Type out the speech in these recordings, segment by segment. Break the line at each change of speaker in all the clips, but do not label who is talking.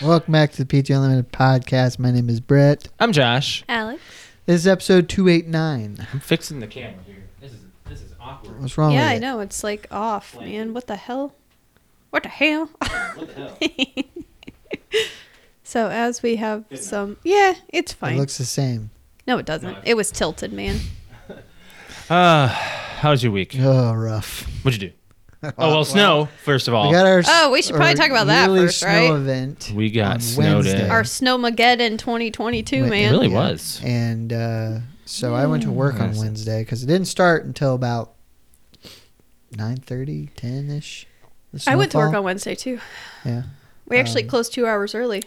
Welcome back to the PT Unlimited podcast. My name is Brett.
I'm Josh.
Alex,
This is episode 289.
I'm fixing the camera here. This is, this is awkward.
What's wrong
yeah,
with
I
it?
know it's like off, man. What the hell? What the hell?
What the hell?
so as we have some, yeah, it's
It
fine.
looks the same.
no, it doesn't. It was tilted, man.
Uh, how's your week?
Oh, rough.
What'd you do? Oh well, snow first of all.
We got our
Oh, we should probably
our
talk about that
yearly
first,
snow
right?
event.
We got
on
snowed in.
Wednesday.
Our Snowmageddon 2022,
Wait,
it
man.
really
Yeah.
was.
And uh, so I went to work on
Nice.
Wednesday because it didn't start until about 9.30, 10-ish. the
I went to work
snowfall.
on Wednesday too.
Yeah.
We actually
Um,
closed two hours early.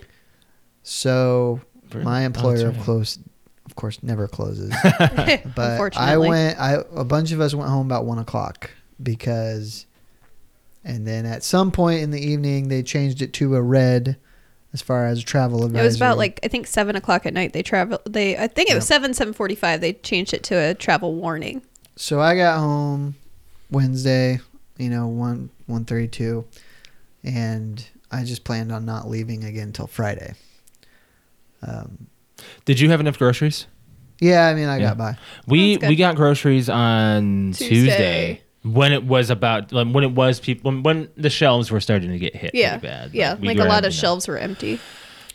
So
Really?
my
Oh,
employer,
that's
of,
right.
close, of course, never closes. but
Unfortunately,
I went. I a bunch of us went home about one o'clock because, and then at some point in the evening they changed it to a red, as far as travel advisory.
It was about like I think seven o'clock at night. They travel. They I think it was
Yep.
seven seven forty five. They changed it to a travel warning.
So I got home Wednesday, you know one one thirty two, and I just planned on not leaving again till Friday. Um,
Did you have enough groceries?
yeah, I mean I
Yeah.
got by.
We
That's good.
we got groceries on
Tuesday.
Tuesday. when it was about like, when it was people when, when the shelves were starting to get hit. pretty
Yeah,
bad.
yeah.
we
Like,
were
a lot of
having
shelves were empty.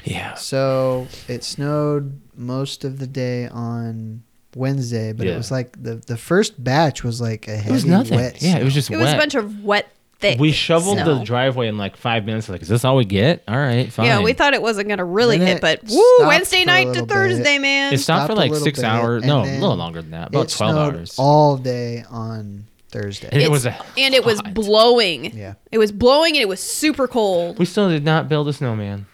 Yeah,
So it snowed most of the day on Wednesday, but it
Yeah.
was like the the first batch was like a heavy
it was nothing.
wet.
Yeah, it was just
It
wet.
was a bunch of wet thick.
we shoveled
snow.
the driveway in like five minutes. Like, is this all we get? All right, fine.
Yeah, we thought it wasn't gonna really
Then
hit,
it
but woo,
stopped
Wednesday
for a
night to
little bit.
Thursday, man.
it stopped for
stopped a
like
little
six
bit,
hours.
and
No, a
then
little longer than that.
It
About twelve
snowed
hours.
all day on
And
Thursday.
it
It's-
was a
and it was
hot.
blowing.
Yeah.
It was blowing and it was super cold.
We still did not build a snowman.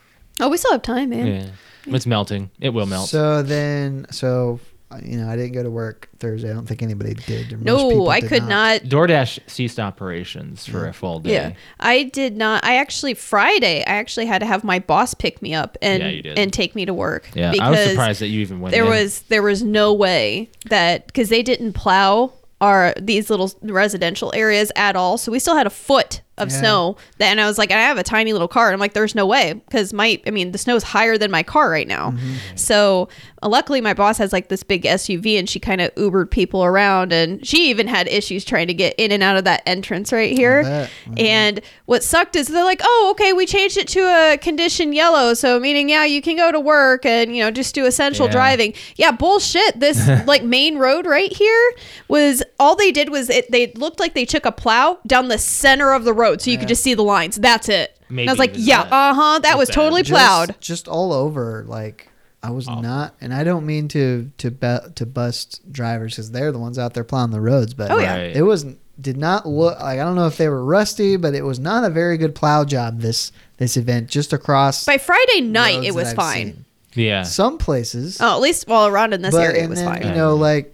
oh, we still have time, man.
Yeah, it's melting. It will melt.
So then, so you know, I didn't go to work Thursday. I don't think anybody did. or most
No,
people
I
did
could not.
DoorDash ceased operations for a full day.
Yeah. I did not. I actually Friday. I actually had to have my boss pick me up and
Yeah, you did.
and take me to work.
Yeah, I was surprised that you even went.
there
in.
was there was no way that because they didn't plow our these little residential areas at all so we still had a foot of
Yeah.
snow That- and i was like i have a tiny little car and i'm like there's no way because my i mean the snow is higher than my car right now so uh, luckily my boss has like this big suv and she kind of ubered people around and she even had issues trying to get in and out of that entrance right here
bet.
and what sucked is they're like, oh, okay, we changed it to a condition yellow. So meaning, yeah, you can go to work and, you know, just do essential
Yeah.
driving. Yeah, bullshit. This like main road right here was all they did was it, they looked like they took a plow down the center of the road. So you could just see the lines. That's it. and
Maybe
I was like,
it was
yeah,
that.
uh huh. That was
bad.
totally
Just-
plowed.
Just, all over. Like I was not, and I don't mean to to bu- to bust drivers because they're the ones out there plowing the roads. But
Oh, yeah.
Right.
it wasn't. Did not look like I don't know if they were rusty, but it was not a very good plow job. This this event just across
By Friday night,
roads
it
that
was
I've
fine.
seen.
yeah.
Some places,
Oh, at least well around in this
but
area it
and
was
then,
fine.
You know, like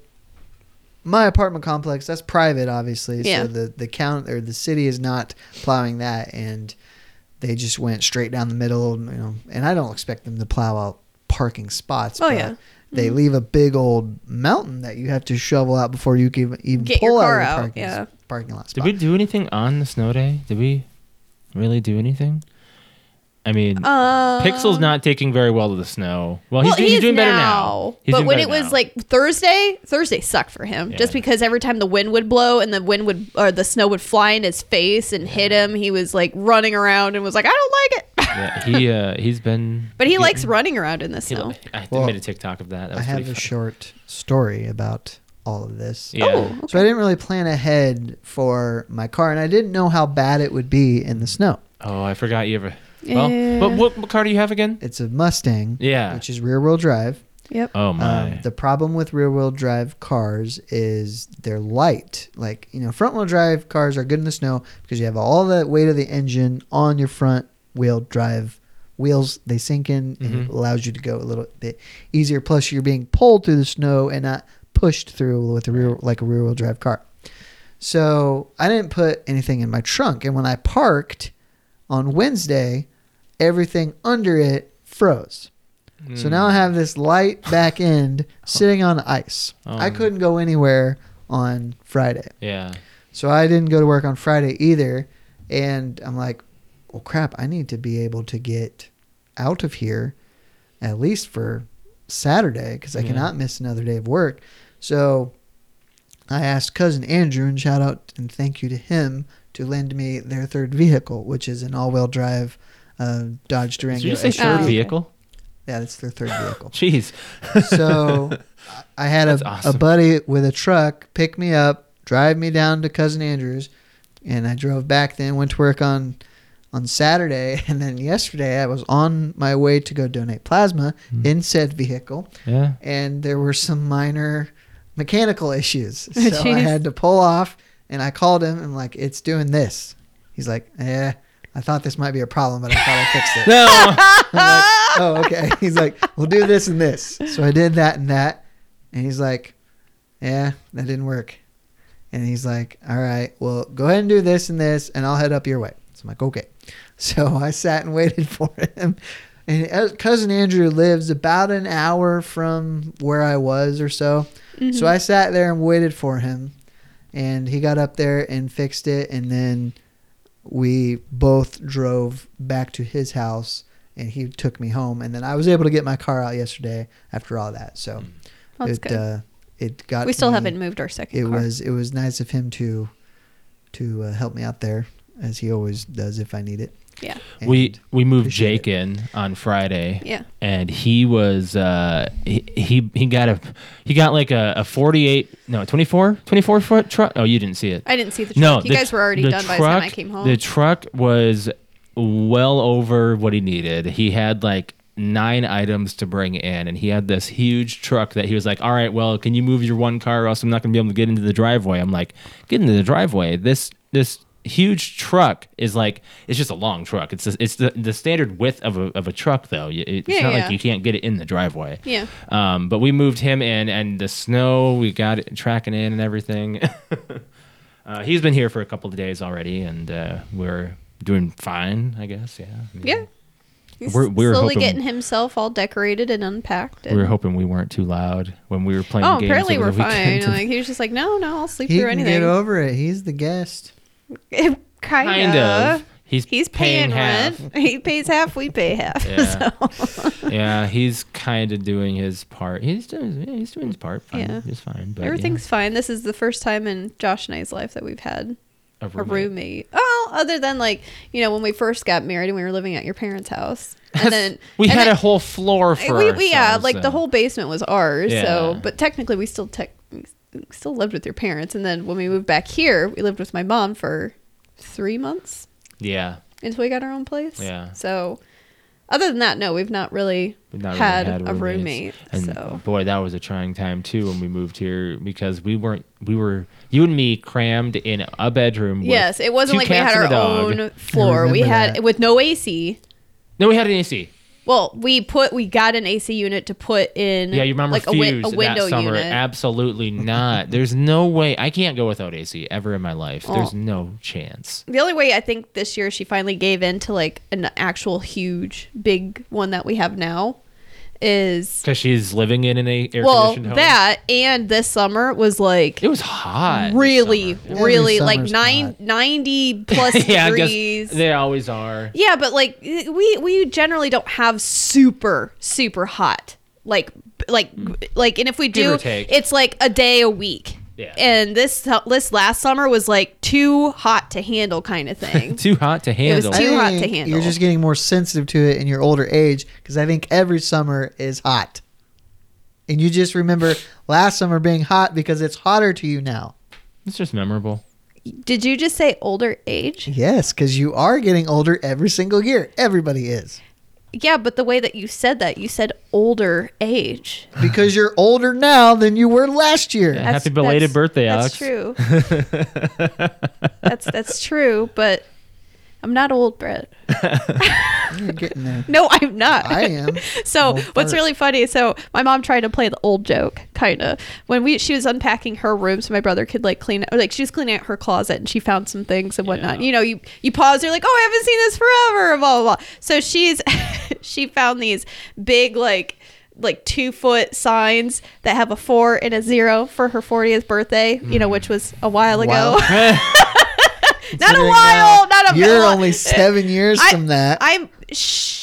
my apartment complex, that's private, obviously.
Yeah.
So the the count or the city is not plowing that, and they just went straight down the middle. You know, and I don't expect them to plow out parking spots.
Oh,
but
yeah.
They leave a big old mountain that you have to shovel out before you can even
Get your
pull out of
car out,
the parking,
yeah.
parking lot
Did
spot.
we do anything on the snow day? Did we really do anything? I mean,
Um,
Pixel's not taking very well to the snow. Well, he's, he's doing better now. He's
But
doing
when it
better
was
now.
like Thursday, Thursday sucked for him
Yeah, I
just
know.
because every time the wind would blow and the wind would or the snow would fly in his face and hit him, he was like running around and was like, I don't like it.
yeah, he uh, he's been.
but he
getting-
likes running around in the
He,
snow.
I
Well,
made a TikTok of that. that
I
was
have a
pretty funny.
short story about all of this.
Yeah.
Oh,
So I didn't really plan ahead for my car, and I didn't know how bad it would be in the snow.
Oh, I forgot you ever. Well,
Yeah.
but what, what car do you have again?
It's a Mustang.
Yeah.
Which is rear wheel drive.
Yep.
Oh my.
Um, the problem with rear wheel drive cars is they're light. Like, you know, front wheel drive cars are good in the snow because you have all that weight of the engine on your front wheel drive wheels. They sink in and it
Mm-hmm.
allows you to go a little bit easier. Plus, you're being pulled through the snow and not pushed through with a rear, like a rear wheel drive car. So I didn't put anything in my trunk. And when I parked on Wednesday, everything under it froze.
Hmm.
So now I have this light back end sitting on ice. I
Um.
couldn't go anywhere on Friday.
yeah.
So I didn't go to work on Friday either. And I'm like, well, crap, I need to be able to get out of here at least for Saturday because I
Yeah.
cannot miss another day of work. So I asked cousin Andrew, and shout out and thank you to him, to lend me their third vehicle, which is an all wheel drive uh, Dodge Durango.
Did you say
SUV.
third
Oh.
vehicle?
Yeah, that's their third vehicle.
Jeez.
So I- I had a,
That's awesome.
a buddy with a truck pick me up, drive me down to Cousin Andrew's, and I drove back then, went to work on on Saturday, and then yesterday I was on my way to go donate plasma
Hmm.
in said vehicle,
Yeah.
and there were some minor mechanical issues. So
Oh,
I
jeez.
had to pull off, and I called him and like, it's doing this. He's like, eh, I thought this might be a problem, but I thought I fixed it.
No.
oh, okay. He's like, we'll do this and this. So I did that and that. And he's like, yeah, that didn't work. And he's like, all right, well, go ahead and do this and this, and I'll head up your way. So I'm like, okay. So I sat and waited for him. And as- cousin Andrew lives about an hour from where I was or so. So I sat there and waited for him. And he got up there and fixed it. And then we both drove back to his house and he took me home. And then I was able to get my car out yesterday after all that. So
That's
it,
good.
Uh, it got
we still
me-
haven't moved our second
it
car.
was it was nice of him to to uh, help me out there as he always does if I need it.
Yeah.
And
we we moved
appreciate
Jake in on Friday.
Yeah.
And he was uh he he, he got a he got like a, a 48 no, 24 24 foot truck. Oh, you didn't see it.
I didn't see the truck.
no,
you
the
guys
tr-
were already
the
done by the time I
truck-
came home.
The truck was well over what he needed. He had like nine items to bring in, and he had this huge truck that he was like, "All right, well, can you move your one car, or else I'm not going to be able to get into the driveway." I'm like, "Get into the driveway." This this huge truck is like it's just a long truck. It's it's the, the standard width of a of a truck though. It- It's
Yeah,
not
yeah.
like you can't get it in the driveway.
Yeah.
Um, but we moved him in, and the snow we got it tracking in and everything. uh, he's been here for a couple of days already, and uh, we're doing fine, I guess. Yeah. I mean,
yeah. He's
We're- we're
slowly
hoping-
getting himself all decorated and unpacked.
We
And,
were hoping we weren't too loud when we were playing.
oh,
games
apparently
over
we're
the
fine.
weekend.
Like he was just like, no, no, I'll sleep
He
through
can get
anything.
over it. He's the guest.
kind,
kind
of.
of. He's
He's paying,
half.
rent. He pays half. We pay half.
Yeah.
So
yeah, he's kind of doing his part. He's doing. Yeah, he's doing his part. Fine.
Yeah.
He's fine. But yeah.
everything's fine. This is the first time in Josh and I's life that we've had
a
a
roommate.
roommate. Oh, other than like you know when we first got married and we were living at your parents' house, and then
we
and
had
then-
a whole floor for
we, we yeah
ourselves,
like the
uh,
whole basement was ours.
Yeah.
So, but technically we still tech we still lived with your parents. And then when we moved back here, we lived with my mom for three months
Yeah.
until we got our own place.
Yeah.
So, other than that, no, we've not really
We've not really
had, a roommate.
roommates. And
so
boy, that was a trying time too when we moved here because we weren't we were you and me crammed in a bedroom. With
yes, it wasn't
two
like we
cats
had our
and a dog.
own floor. We
remember
had
that.
with no AC.
No, we had an AC.
Well, we put we got an AC unit to put in.
Yeah, you remember
like a, wi-
Fuse
a window
that summer?
unit.
Absolutely not. There's no way I can't go without AC ever in my life. There's
Oh.
no chance.
the only way I think this year she finally gave in to like an actual huge big one that we have now is
Because she's living in an a- air
well
conditioned home.
that and this summer was like
it was hot. this
really
summer.
really
Every
like
summer's
nine,
hot.
90 plus
yeah, I
degrees.
guess they always are.
Yeah, but like we we generally don't have super super hot like like like and if we
Mm. Give
do
or take.
it's like a day a week.
Yeah.
And this this last summer was like too hot to handle kind of thing.
Too hot to handle.
too- hot to
think
handle.
You're just getting more sensitive to it in your older age because I think every summer is hot. And you just remember last summer being hot because it's hotter to you now.
it's just memorable.
Did you just say older age?
Yes, because you are getting older every single year. Everybody is.
Yeah, but the way that you said that, you said older age.
because you're older now than you were last year.
Yeah. Happy belated birthday,
that's That's true. that's that's true, but I'm not old, Brett.
You're getting there.
No, I'm not.
I am.
So
Well, fart.
what's really funny? So my mom tried to play the old joke, kind of. When we she was unpacking her room, so my brother could like clean, or like she was cleaning out her closet, and she found some things and whatnot.
Yeah.
You know, you you pause, you're like, oh, I haven't seen this forever, blah blah. blah. So she's she found these big like like two foot signs that have a four and a zero for her 40th birthday. You know, which was a while ago.
Mm-hmm. Wow.
not a
Considering
while,
now
not a.
uh, You're
while.
only seven years
I-
from that.
I'm shh.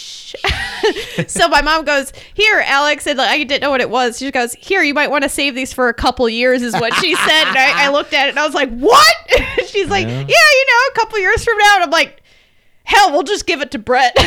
so my mom goes here, Alex, and like, I didn't know what it was. She goes here. You might want to save these for a couple years, is what she said. And I, I looked at it and I was like, what? She's like, yeah,
Yeah.
you know, a couple years from now. And I'm like, hell, we'll just give it to Brett.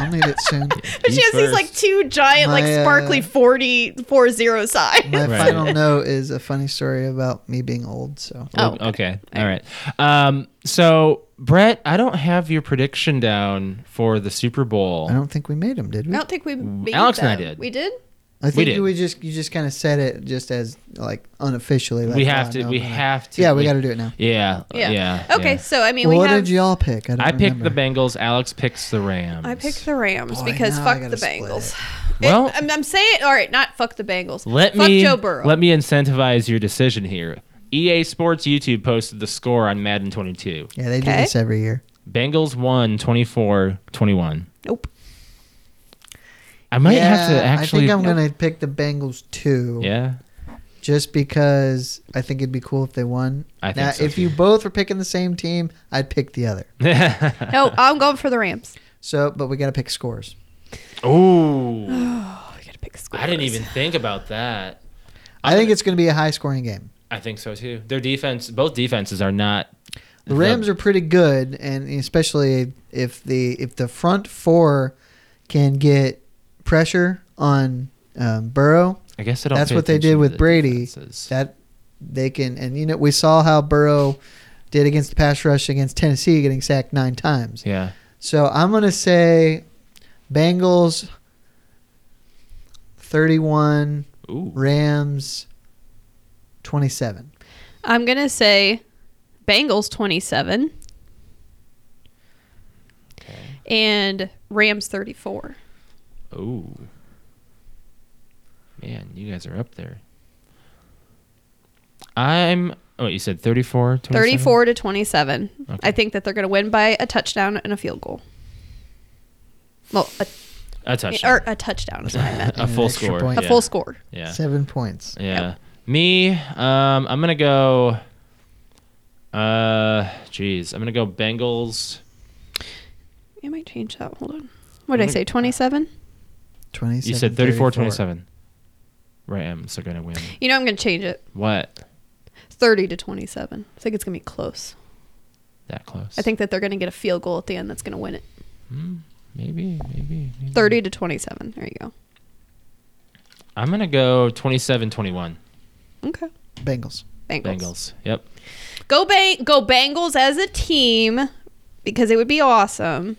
I'll need it soon.
But she
You
has these like
first.
two giant, like
My, uh,
sparkly 40 four zero signs.
My
Right.
final note is a funny story about me being old. So
Oh,
O- okay. All right. Um, so, Brett, I don't have your prediction down for the Super Bowl.
I don't think we made them, did we?
I don't think we. made
Mm, Alex and I
that.
did.
We did.
I think
did.
you we just you just kind of said it just as like unofficially. Like,
we
oh,
have
I
to.
know,
We
but-
have to.
Yeah, we got to do it now.
Yeah.
Yeah.
Yeah.
okay,
yeah.
so I mean,
Well,
we
what
have.
did y'all pick? don't
I picked the
remember.
Bengals. Alex picks the Rams.
I picked the Rams
Boy,
because
now I
fuck
gotta
the
split
Bengals.
it. Well-
I'm, I'm saying all right, not fuck the Bengals.
Let
fuck
me
Joe Burrow.
let me incentivize your decision here. EA Sports YouTube posted the score on Madden 22.
Yeah, they
Okay.
do this every year.
Bengals won 24-21.
nope.
I might
yeah,
have to actually
I think I'm gonna pick the Bengals too.
Yeah.
Just because I think it'd be cool if they won.
I think
now,
so,
if
too.
you both were picking the same team, I'd pick the other.
No, I'm going for the Rams.
So, but we gotta pick scores.
Ooh.
Oh, you gotta pick scores.
I didn't even think about that.
I think it's gonna be a high scoring game.
I think so too. Their defense, both defenses are not
The Rams are pretty good, and especially if the if the front four can get pressure on um, Burrow,
I guess I don't
that's
pay
what they
attention
did
to
with
the
Brady.
defenses.
that they can. And you know, we saw how Burrow did against the pass rush against Tennessee, getting sacked nine times.
Yeah.
So I'm gonna say Bengals thirty-one,
Ooh.
Rams twenty-seven.
I'm gonna say Bengals 27 and Rams 34.
Ooh. Man, you guys are up there. I'm. Oh, you said 34? 27?
34 to 27. I
Okay.
think that they're gonna win by a touchdown and a field goal. Well, a,
A touchdown.
or a touchdown is what I meant.
a full
extra
score.
point.
A
yeah.
full score.
Yeah.
Seven points.
Yeah. Me, um, I'm gonna go. Uh, jeez, I'm gonna go Bengals.
You might change that. Hold on. What did I
uh,
say? 27?
Twenty-seven.
You said 34, 27. Rams are gonna win.
You know I'm going to change it.
What?
30 to 27. I think it's going to be close.
That close? Hmm,
I think that they're going to get a field goal at the end that's going to win it.
maybe, maybe. maybe.
30 to 27. There you
I'm gonna go 27, 21.
go. Okay.
Bengals.
Bengals.
Bengals. Yep.
Go bang go Bengals as a team because it would be awesome.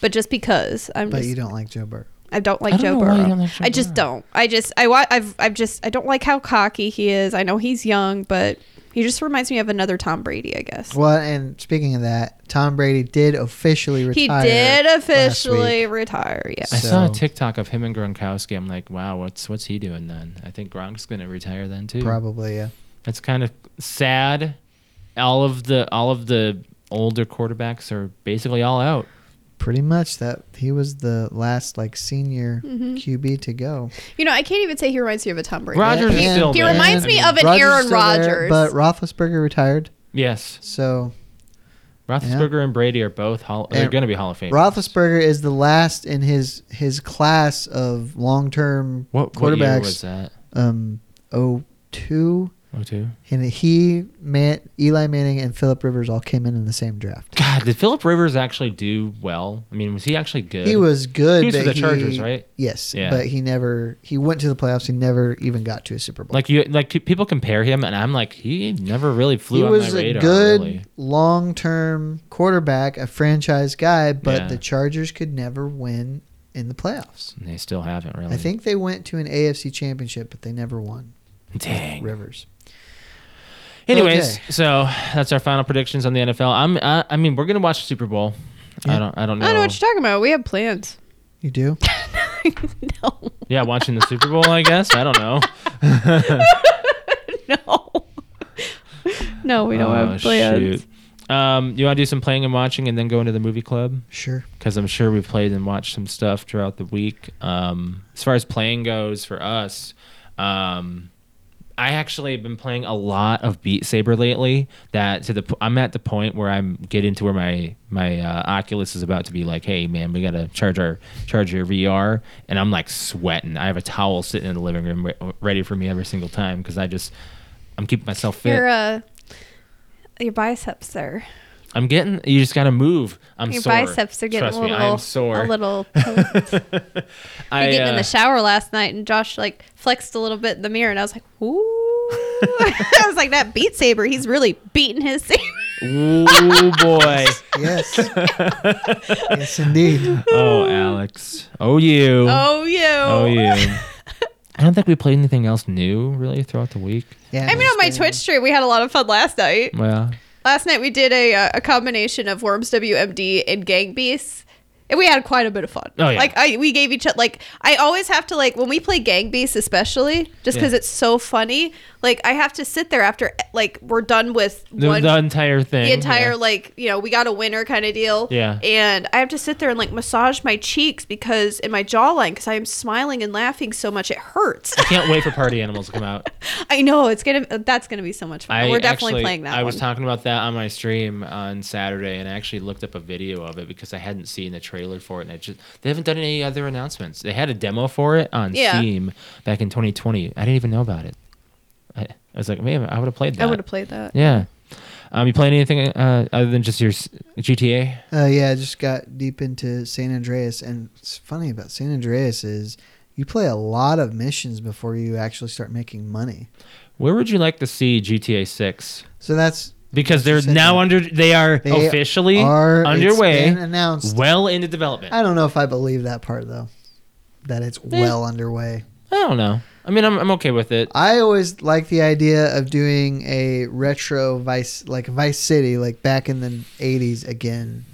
But just because I'm
But
just
you don't like Joe Burrow.
I don't like
I
Joe
don't know why
Burrow.
you don't like Joe
I just
Burrow.
don't. I just I wa- I've I've just I don't like how cocky he is. I know he's young, but he just reminds me of another Tom Brady, I guess.
Well, and speaking of that, Tom Brady did officially retire.
he did
last
officially
week.
retire. Yes.
I saw a
So-
TikTok of him and Gronkowski. I'm like, wow, what's what's he doing then? I think Gronk's gonna retire then too.
Probably, yeah.
That's kind of sad. All of the all of the older quarterbacks are basically all out.
Pretty much that he was the last like senior
Mm-hmm.
QB to go.
You know, I can't even say he reminds me of a Tom Brady.
Rogers
Yeah,
is
and-
still
He
there.
reminds
I
me
mean,
of an
Rodgers
Aaron
still there,
Rodgers.
but Roethlisberger retired,
yes.
so
Roethlisberger and Brady are both hall. They're
And
going to be Hall of Famers.
Roethlisberger is the last in his his class of long term
what, what year was
quarterbacks.
that?
um, oh two,
Oh two.
and he, Man, Eli Manning, and Philip Rivers all came in in the same draft.
God, did Philip Rivers actually do well? I mean, was he actually good?
He was good.
He was for the
but
Chargers, right?
Yes,
Yeah.
but he never. He went to the playoffs. He never even got to a Super Bowl.
Like you, like people compare him, and I'm like, he never really flew
he
on
was
my
a
radar.
good
really.
long-term quarterback, a franchise guy, but
Yeah.
the Chargers could never win in the playoffs.
And they still haven't really.
I think they went to an AFC championship, but they never won.
Dang.
Rivers.
Anyways,
Okay.
so that's our final predictions on the NFL. I'm. I, I mean, we're gonna watch the Super Bowl. I
Yeah.
don't. I don't know.
I don't know what you're talking about. We have plans.
You do?
no,
yeah, watching the Super Bowl. I guess. I don't know.
no, no. We don't
Oh,
have plans.
shoot. Um, you want to do some playing and watching, and then go into the movie club?
Sure.
because I'm sure we've played and watched some stuff throughout the week. Um, as far as playing goes for us, um, I actually have been playing a lot of Beat Saber lately. That to the p- I'm at the point where I'm getting to where my my uh, Oculus is about to be like, hey man, we gotta charge our charge your VR, and I'm like sweating. I have a towel sitting in the living room re- ready for me every single time because I just I'm keeping myself fit.
Your uh, your biceps are
I'm getting you just gotta move. I'm
your
sore.
biceps are getting
Trust
a
me,
little
I am sore.
a little. You're
I,
getting in
uh,
the shower last night, and Josh like flexed a little bit in the mirror, and I was like, "Ooh!" I was like, "That beat saber, he's really beating his saber."
Oh boy.
Yes. yes, indeed.
Oh, Alex. Oh, you.
Oh, you.
Oh, you. I don't think we played anything else new really throughout the week.
Yeah.
I mean, on my Twitch stream, we had a lot of fun last night.
Well,
Last night, we did a, uh, a combination of Worms WMD and Gang Beasts. And we had quite a bit of fun.
Oh, yeah.
Like, I, we gave each other, like, I always have to, like, when we play Gang Beasts, especially, just because
Yeah.
it's so funny, like, I have to sit there after, like, we're done with
the,
one.
the entire thing.
the entire
yeah.
like you know we got a winner kind of deal
Yeah.
and i have to sit there and like massage my cheeks because in my jawline because i'm smiling and laughing so much it hurts
I can't wait for Party Animals to come out.
i know it's gonna that's gonna be so much fun
I
we're definitely
actually-
playing that
I was
one.
talking about that on my stream on Saturday, and I actually looked up a video of it because I hadn't seen the trailer for it. And I just they haven't done any other announcements. They had a demo for it on
Yeah.
Steam back in 2020. I didn't even know about it. I, I was like, man, I would have played that.
i would have played that
Yeah. Um, you playing anything uh, other than just your s- GTA?
Uh, yeah, I just got deep into San Andreas, and it's funny about San Andreas is you play a lot of missions before you actually start making money.
Where would you like to see GTA Six?
So that's
Because they're
That's what I said.
now under, they are
They
officially
are it's been
underway,
announced.
well into development. I,
I don't know if I believe that part though, that it's
Eh.
well underway.
don't know. I mean, I'm, I'm okay with it.
I always like the idea of doing a retro Vice, like Vice City, like back in the '80s again.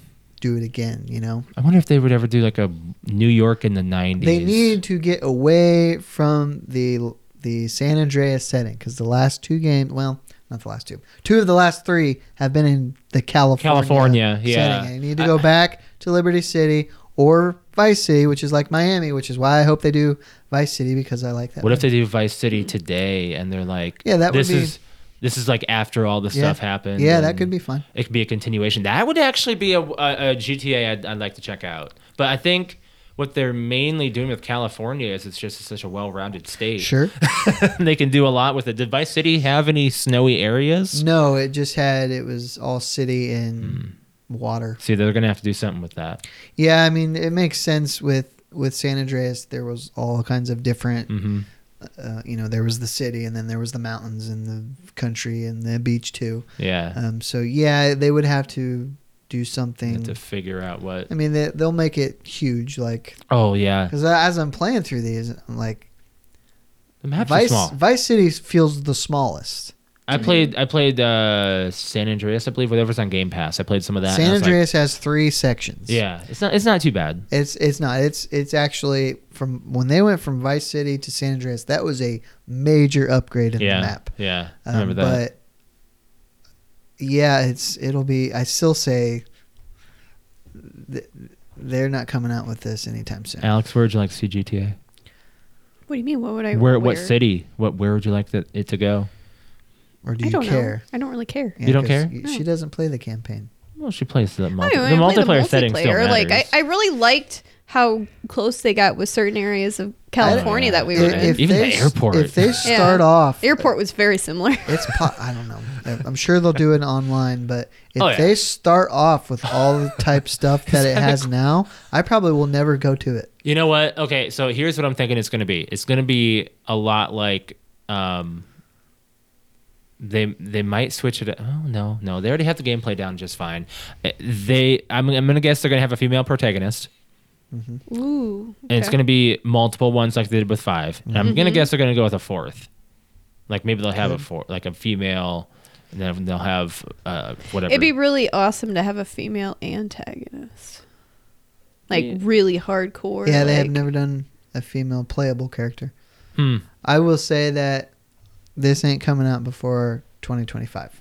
Do it again, you know.
I wonder if they would ever do like a New York in the '90s.
They need to get away from the the San Andreas setting because the last two games, well, not the last two, two of the last three have been in the California,
California, yeah.
setting. They need to go back to Liberty City or Vice City, which is like Miami, which is why I hope they do Vice City because I like that.
What if they do Vice City today and they're like,
Yeah, that would
this
be-
is this is like after all the
Yeah.
stuff happened.
Yeah, that
and
could be fun.
It could be a continuation. That would actually be a, a, a GTA I'd, I'd like to check out. But I think what they're mainly doing with California is it's just such a well-rounded state.
Sure.
they can do a lot with it. Did Vice City have any snowy areas?
no, it just had it was all city and
Hmm.
water.
See, they're gonna have to do something with that.
Yeah, I mean, it makes sense with with San Andreas. There was all kinds of different,
Mm-hmm.
uh, you know, there was the city, and then there was the mountains and the country and the beach too.
Yeah,
Um, so yeah, they would have to do
They
something.
have to figure out what.
I mean, they, they'll make it huge, like
Oh yeah,
because as I'm playing through these, I'm like
the maps are
Vice
small.
Vice City feels the smallest.
I played. I played uh, San Andreas. I believe whatever's on Game Pass. I played some of that. and I
San
was like,
Andreas has three sections.
yeah, it's not. It's not too bad.
It's it's not. It's it's actually from when they went from Vice City to San Andreas, that was a major upgrade in
Yeah,
the map.
yeah. I
Um,
remember that.
But yeah, it's it'll be. I still say th- they're not coming out with this anytime soon.
Alex, where would you like to see GTA?
what do you mean what would i
Where, What city? What? Where would you like the, it to go?
Or do
i
you
don't
care?
know i don't really care
Yeah,
You don't
'cause
care?
y- She doesn't play the campaign.
Well, she plays the, multi-
I
the
mean, I played
multiplayer setting. Still
multiplayer. like I,
matters.
I really liked how close they got with certain areas of california
yeah.
that we
If-
were
if-
in
Even the airport.
If they
Yeah.
start off,
airport was very similar
It's po- I don't know. I'm sure they'll do it online, but if
Oh, yeah.
they start off with all the type stuff that it has now, I probably will never go to it.
You know what? Okay, so here's what I'm thinking it's going to be. It's going to be a lot like um they they might switch it Oh no, no. They already have the gameplay down just fine. Uh, They I'm I'm going to guess they're going to have a female protagonist.
Ooh.
And it's
okay.
going to be multiple ones like they did with 5 And I'm
Mm-hmm.
going to guess they're going to go with a fourth. Like maybe they'll have a four, like a female, and then they'll have uh, whatever.
It'd be really awesome to have a female antagonist. Like
Yeah.
really hardcore.
yeah, they have
like-
never done a female playable character.
hmm.
I will say that this ain't coming out before 2025.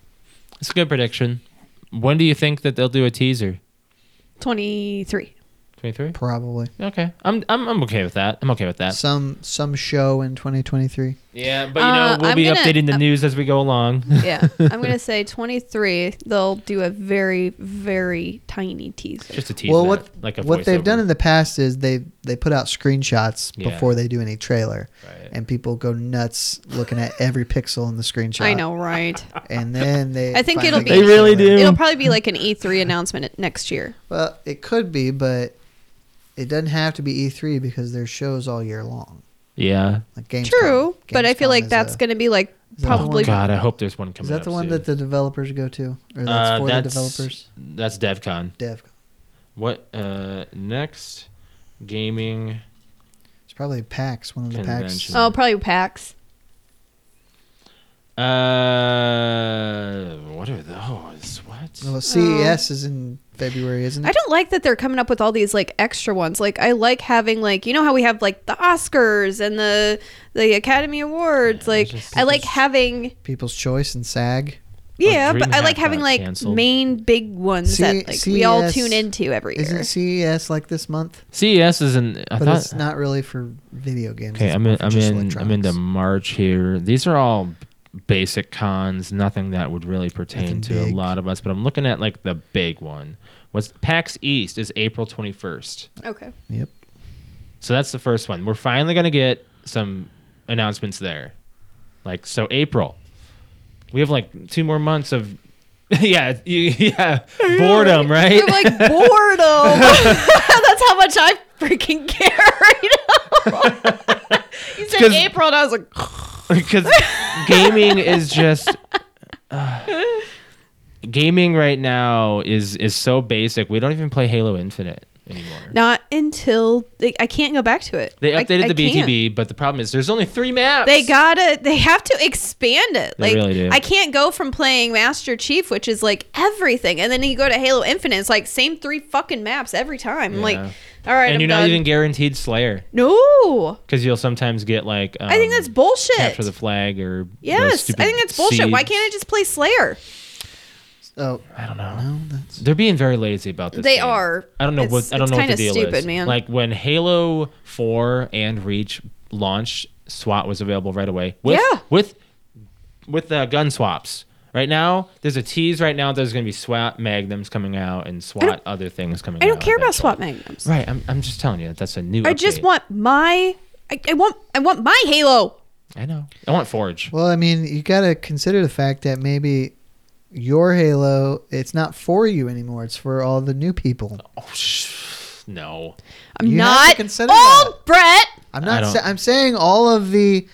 It's a good prediction. When do you think that they'll do a teaser?
23.
23?
Probably
Okay. I'm, I'm, I'm okay with that. I'm okay with that.
some some show in 2023.
Yeah, but you know,
Uh,
we'll
I'm
be
gonna-
updating the news as we go along.
Yeah. I'm going to say 23. They'll do a very, very tiny teaser.
Just a teaser.
Well, what
like a
what they've
voiceover.
done in the past is they they put out screenshots
Yeah.
before they do any trailer,
Right.
and people go nuts looking at every pixel in the screenshot.
I know, right?
And then they.
I think
finally
it'll
get
be-
a
They
really
trailer.
do.
It'll probably be like an E3 announcement next year.
Well, it could be, but it doesn't have to be E3 because there's shows all year long.
Yeah.
Like Gamescom.
True, but I feel
Gamescom
like
is
that's
a-
going to be like
is that the
probably.
one-
God, I hope there's one coming.
Is that the
up
one
soon.
that the developers go to, or that's
Uh,
for
that's-
the developers?
That's DevCon.
Dev.
What uh next gaming
It's probably PAX, one of the PAX.
Convention.
Oh, probably PAX.
uh what are those? What?
Well, CES E is in February, isn't it?
Oh. I don't like that they're coming up with all these like extra ones. Like I like having like you know how we have like the Oscars and the the Academy Awards.
Yeah,
like
it's just
I like
people's-
having
People's Choice and SAG.
yeah, but I
DreamHack
like having
got
like
canceled.
main big ones
See-
that like we all
CES
tune into every
Isn't
year.
CES like this month?
CES E is in I
But
thought
it's not really for video games.
Okay,
it's
I'm
more
in,
for
I'm
just
in I'm into
electronics.
March here. These are all basic cons, nothing that would really pertain
Nothing
to a
big.
lot of us, but I'm looking at like the big one. What's PAX East is April 21st.
okay,
Yep.
So that's the first one. We're finally going to get some announcements there. Like so April. We have like two more months of yeah, you, yeah, boredom, right?
I'm like boredom. That's how much I freaking care. You know? You said
'cause-
April, and I was like,
because gaming is just uh, gaming right now is is so basic. We don't even play Halo Infinite anymore.
not until like, I can't go back to it.
They
I-
updated
I
the
can't.
BTB, but the problem is there's only three maps.
They gotta. They have to expand it.
They
like
really do.
I can't go from playing Master Chief, which is like everything, and then you go to Halo Infinite. It's like same three fucking maps every time. I'm like,
Yeah.
all right,
and
I'm
you're
done.
not even guaranteed Slayer
no,
because you'll sometimes get like um,
I think
capture
that's
the
bullshit.
flag or those
Yes,
stupid
I think that's bullshit. Why
seeds.
can't I just play Slayer?
Oh,
I don't know.
no, that's.
They're being very lazy about this.
They
game.
are.
I don't know
It's-
what I don't
it's
know what the
kinda
deal is.
stupid, man.
Like when Halo Four and Reach launched, SWAT was available right away. With,
Yeah.
With with uh, gun swaps. Right now, there's a tease. Right now, there's going to be SWAT magnums coming out and SWAT other things coming.
I
out
don't care about
eventually.
SWAT magnums.
Right. I'm, I'm just telling you that that's a new.
I just
update.
want my. I, I want. I want my Halo.
I know. I want Forge.
Well, I mean, you got to consider the fact that maybe your Halo, it's not for you anymore. It's for all the new people.
Oh, sh- no.
I'm
You have to
not old,
consider that.
Brett.
I'm
I
not.
don't-
Sa- I'm saying all of the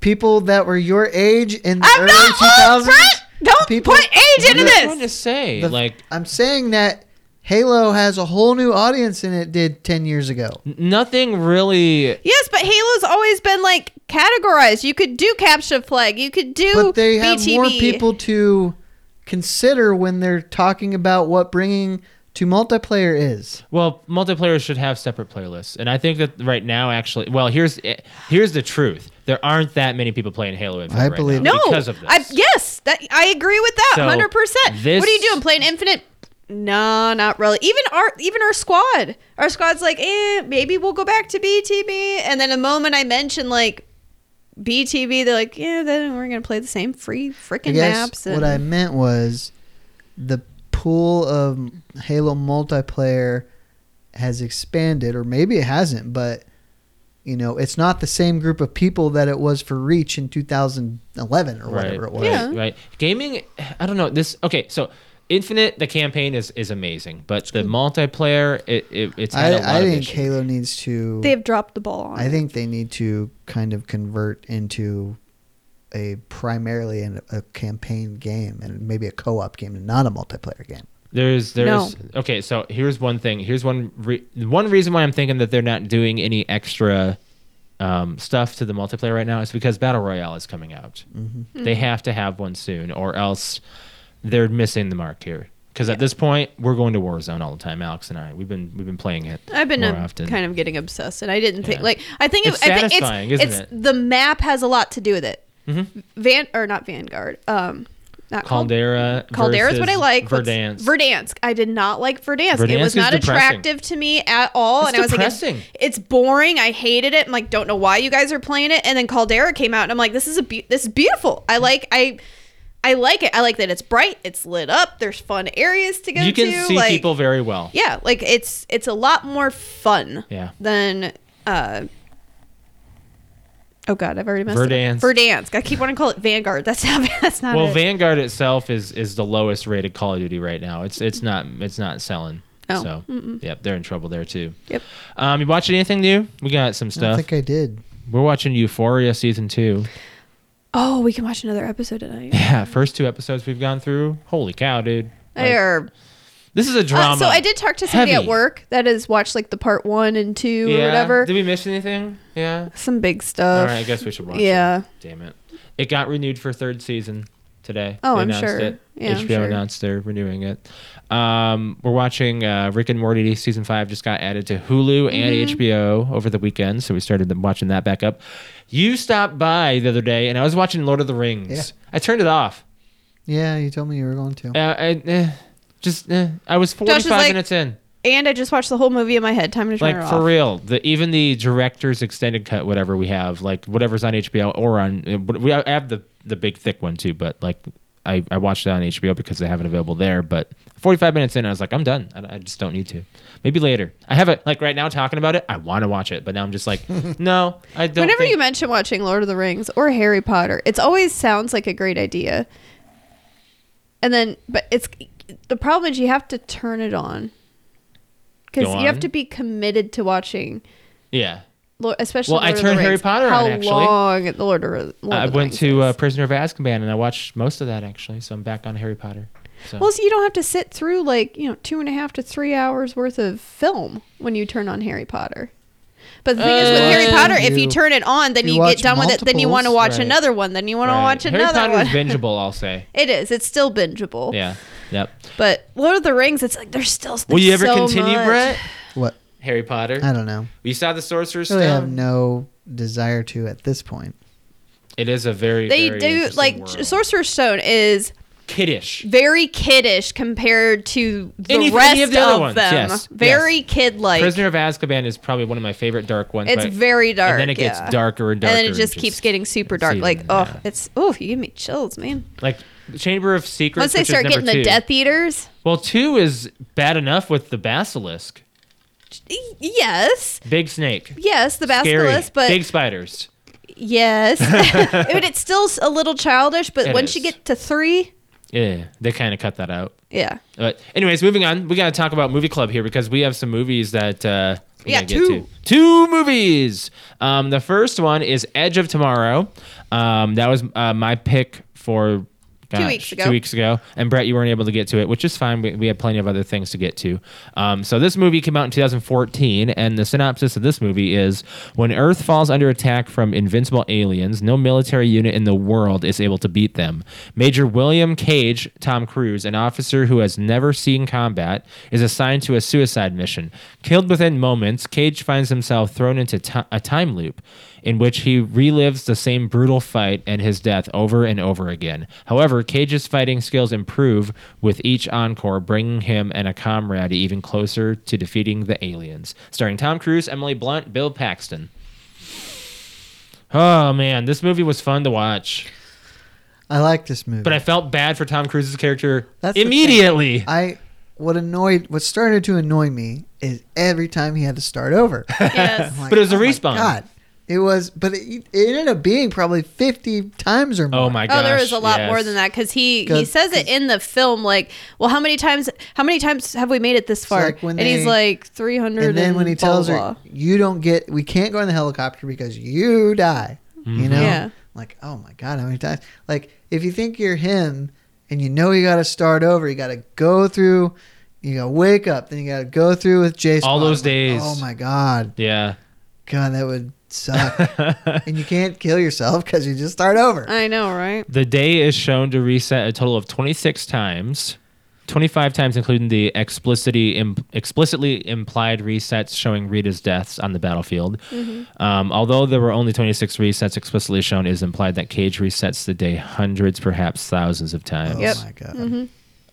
people that were your age in the
I'm
early
not
2000s.
old, Brett. Don't
people-
put age into
I'm just trying
this.
to say
The-
like
I'm saying that Halo has a whole new audience than it did 10 years ago.
n- nothing really.
Yes, but Halo's always been like categorized. You could do capture flag. You could do
But they have
BTB.
more people to consider when they're talking about what bringing to multiplayer is.
Well, multiplayer should have separate playlists, and I think that right now, actually, well, here's eh, here's the truth: there aren't that many people playing Halo Infinite.
I
right
believe-
now
No,
because of this.
I, yes, that I agree with that
So,
hundred percent.
this-
What are you doing? Playing Infinite? No, not really. Even our even our squad, our squad's like, eh, maybe we'll go back to BTB. And then the moment I mention like BTB, they're like, yeah, then we're gonna play the same free
I
freaking
guess
maps. And
what I meant was the pool of Halo multiplayer has expanded, or maybe it hasn't, but you know, it's not the same group of people that it was for Reach in 2011 or
right,
whatever it was.
right, right. Gaming, I don't know this. Okay, so Infinite, the campaign is is amazing, but the multiplayer, it, it it's had a lot
I, I
of
think
issues.
Halo needs to.
they have dropped the ball on.
I
it.
think they need to kind of convert into a primarily an, a campaign game and maybe a co-op game and not a multiplayer game.
There's there's okay. So here's one thing. Here's one re- one reason why I'm thinking that they're not doing any extra um, stuff to the multiplayer right now is because battle royale is coming out.
Mm-hmm.
They have to have one soon, or else they're missing the mark here. Because at this point, we're going to Warzone all the time. Alex and I, we've been we've been playing it.
I've been
more
um,
often.
kind of getting obsessed, and I didn't think
Yeah.
like I think
It's
it, I think
satisfying, isn't
it's
it? Mm-hmm.
the map has a lot to do with it. Van or not Vanguard, um, not Cal-
Caldera.
Caldera is
versus
what I like. What's-
Verdansk.
Verdansk. I did not like Verdansk.
Verdansk
it
is
was not
depressing.
attractive to me at all,
It's
and I was like,
depressing.
it's- it's, boring. I hated it. I'm like, don't know why you guys are playing it. And then Caldera came out, and I'm like, this is a be- this is beautiful.
Mm-hmm.
I like I. I like it. I like that it's bright. It's lit up. There's fun areas to go
you can
to.
see
like,
people very well.
yeah like it's it's a lot more fun
Yeah.
than uh oh god i've already messed
Verdansk.
it up verdansk i keep wanting to call it vanguard that's not that's not
Well,
it.
Vanguard itself is is the lowest rated Call of Duty right now. It's it's not it's not selling.
Oh.
So yep, they're in trouble there too.
Yep.
Um, you watching anything new? We got some
I
stuff.
think I did.
We're watching Euphoria season two.
oh we can watch another episode tonight
Yeah, first two episodes we've gone through. Holy cow, dude! Like,
or,
this is a
uh,
drama.
so i did talk to somebody
Heavy.
at work that has watched like the part one and two
Yeah.
or whatever
Did we miss anything? Yeah.
some big
All
stuff
right, I guess we should watch.
yeah.
It. Damn it! It got renewed for third season today.
Oh,
They
I'm
announced
sure.
It.
Yeah, I'm
HBO
sure.
announced they're renewing it. Um, we're watching uh, Rick and Morty season five just got added to Hulu
Mm-hmm.
and HBO over the weekend, so we started them watching that back up. You stopped by the other day, and I was watching Lord of the Rings.
Yeah.
I turned it off.
Yeah, you told me you were going to.
Uh, I, eh, just eh, I was
is
45
like-
minutes in.
and i just watched the whole movie in my head time to turn
Like
it
for
off
real, the even the director's extended cut, whatever we have, like whatever's on HBO or on uh, we I have the the big thick one too, but like I I watched it on HBO because they have it available there. But 45 minutes in, I was like, I'm done. I, I just don't need to. Maybe later. I have it like right now talking about it. I want to watch it, but now I'm just like, no, I don't.
Whenever
think-
you mention watching Lord of the Rings or Harry Potter, it's always sounds like a great idea. And then, but it's the problem is you have to turn it on because
Go
you have
on.
to be committed to watching,
yeah.
Lo- especially.
Well, I
Lord of the
turned Harry
Rings.
Potter
How
on, actually.
long the Lord of, Lord
I
of the
went
Rings
to
is.
uh, Prisoner of Azkaban and I watched most of that actually, so I'm back on Harry Potter. So.
well, so you don't have to sit through like you know two and a half to three hours worth of film when you turn on Harry Potter.
But the thing is with
Uh,
Harry Potter, if
you-
you turn it on, then
you
you,
watch
get done with it. Then you want to watch
multiples. Right.
another one. Then you want
Right.
to watch
Harry
another
Potter
one.
is bingeable, I'll say.
It is. It's still bingeable.
Yeah. Yep.
But Lord of the Rings, it's like there's still.
Will you ever
so
continue,
much.
Brett?
What?
Harry Potter.
I don't know.
You saw the Sorcerer's
I really have
Stone.
no desire to at this point.
It is a very
They
very
do
interesting
like
world.
Sorcerer's Stone is
kiddish.
very kiddish compared to the
Any- any
rest
of the other
of
ones,
them.
yes,
Very
yes.
kid-like.
Prisoner of Azkaban is probably one of my favorite dark ones.
it's
but-
very dark.
And then it gets
yeah.
darker and darker.
And then it just, keeps getting super dark.
even-
Like, oh,
yeah.
it's oh, you give me chills, man.
like Chamber of Secrets.
Once they
which is
start
number
getting
two.
the Death Eaters,
Well, two is bad enough with the basilisk,
y- yes,
big snake,
yes, the
scary,
basilisk, but
big spiders.
yes, but it's still s- a little childish. But
It
once you
is.
get to three,
Yeah, they kind of cut that out.
yeah,
But anyways, moving on. We got to talk about movie club here because we have some movies that uh, we
Yeah,
gotta get
two.
to. Two movies. Um, the first one is Edge of Tomorrow. Um, that was uh, my pick for gosh,
weeks ago.
Two weeks ago, and Brett, you weren't able to get to it, which is fine. We, we had plenty of other things to get to. Um, so this movie came out in 2014, and the synopsis of this movie is: When Earth falls under attack from invincible aliens, no military unit in the world is able to beat them. Major William Cage, Tom Cruise, an officer who has never seen combat, is assigned to a suicide mission. Killed within moments, Cage finds himself thrown into ti- a time loop in which he relives the same brutal fight and his death over and over again. However, Cage's fighting skills improve with each encore, bringing him and a comrade even closer to defeating the aliens. Starring Tom Cruise, Emily Blunt, Bill Paxton. Oh man, this movie was fun to watch,
I like this movie.
but I felt bad for Tom Cruise's character
That's the thing.
immediately.
I what annoyed what started to annoy me is every time he had to start over.
yes.
I'm like,
But it was a
"Oh my
respawn."
God. It was, but it, it ended up being probably 50 times or more.
oh my gosh!
Oh, there was a lot more
yes.
than that because he he
Good,
says it in the film. Like, well, how many times? How many times have we made it this far?
like when
and he's
they-
like three hundred.
And then when he tells
blah,
her, you don't get, we can't go in the helicopter because you
Mm-hmm.
die. You know?
Yeah.
Like, oh my God, how many times? Like, if you think you're him and you know you got to start over. You got to go through. You got to wake up. Then you got to go through with Jason.
All those days.
oh my god,
Yeah.
god, that would suck. and you can't kill yourself because you just start over.
I know, right?
The day is shown to reset a total of 26 times, 25 times including the explicitly imp- explicitly implied resets showing Rita's deaths on the battlefield.
Mm-hmm.
Um, although there were only 26 resets explicitly shown, it is implied that Cage resets the day hundreds, perhaps thousands of
Uh,
times.
Oh my god.
Mm-hmm.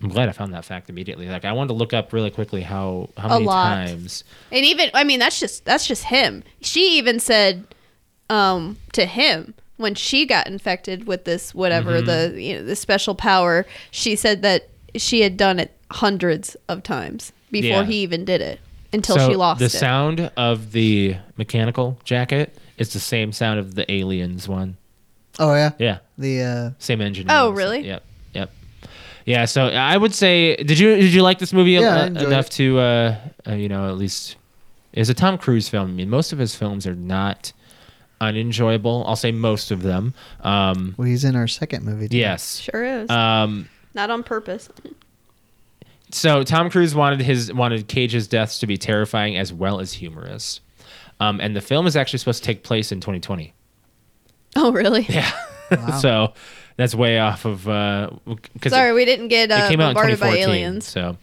I'm glad I found that fact immediately. Like I wanted to look up really quickly how how many
lot.
times.
And even I mean that's just that's just him. She even said um to him when she got infected with this whatever
Mm-hmm.
the you know the special power, she said that she had done it hundreds of times before
Yeah.
he even did it until
So
she lost
the
it.
sound of the mechanical jacket is the same sound of the aliens one.
Oh yeah.
Yeah.
The uh,
Same engine. So-
Oh, really?
Yep. Yep. Yeah. So I would say, did you did you like this movie
Yeah, I
en-
enjoyed
enough to, uh, uh, you know, at least it's a Tom Cruise film. I mean, most of his films are not unenjoyable. I'll say most of them. Um,
well, he's in our second movie. too.
yes.
sure is.
Um,
Not on purpose.
so Tom Cruise wanted his wanted Cage's deaths to be terrifying as well as humorous. Um, and the film is actually supposed to take place in 2020.
Oh, really?
so that's way off of uh, 'cause it-
Sorry, we didn't get
it
uh,
came out in
bombarded by
2014.
aliens.
So,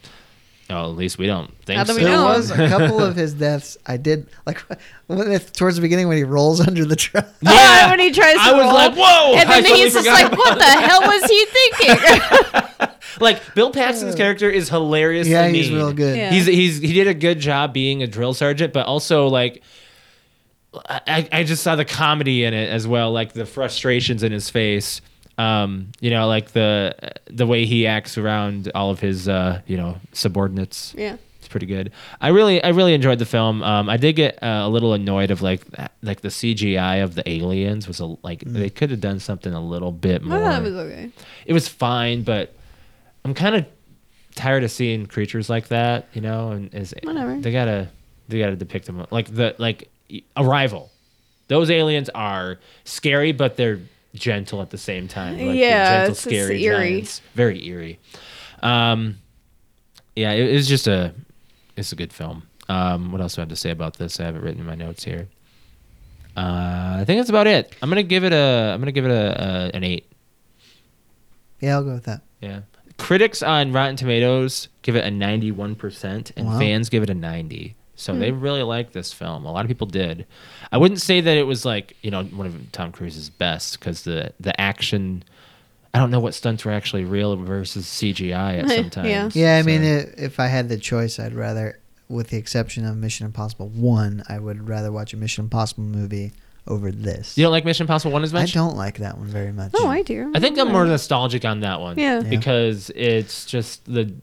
oh, at least we don't think
Now that we
so.
There
know.
was a couple of his deaths. I did like when it, towards the beginning when he rolls under the truck.
Yeah, when he tries to
I was
roll.
like, whoa!
and
I
then
totally
he's just
Oh, forgot
like,
about-
"What the hell was he thinking?"
like Bill Paxton's character is hilarious.
Yeah, he's real good.
Yeah.
He's he's he did a good job being a drill sergeant, but also like. I, I just saw the comedy in it as well, like the frustrations in his face. Um, you know, like the the way he acts around all of his uh, you know subordinates.
yeah.
It's pretty good. I really, I really enjoyed the film. Um, I did get uh, a little annoyed of like, th- like the CGI of the aliens was a, like
Mm.
they could have done something a little bit more.
I thought it was okay.
fine, but I'm kind of tired of seeing creatures like that. You know, and is
Whatever.
they gotta, they gotta depict them like the like y- Arrival. Those aliens are scary, but they're gentle at the same time. Like, they're
Yeah,
gentle,
it's- it's eerie.
giants. very eerie. Um, yeah, it, it was just a it's a good film. Um, what else do I have to say about this? I have it written in my notes here. Uh, I think that's about it. I'm gonna give it a I'm gonna give it a, a an eight.
Yeah, I'll go with that.
Yeah. Critics on Rotten Tomatoes give it a 91%, and
Wow. Hmm.
fans give it a 90. So they really like this film. A lot of people did. I wouldn't say that it was like you know one of Tom Cruise's best because the the action. I don't know what stunts were actually real versus CGI at sometimes.
Yeah, I mean,
so-
i if I had the choice, I'd rather, with the exception of Mission Impossible One, I would rather watch a Mission Impossible movie over this.
you don't like Mission Impossible One as
I
much.
don't like that one very much.
No, I do.
I think I'm more nostalgic on that one.
Yeah.
Yeah.
Because it's just the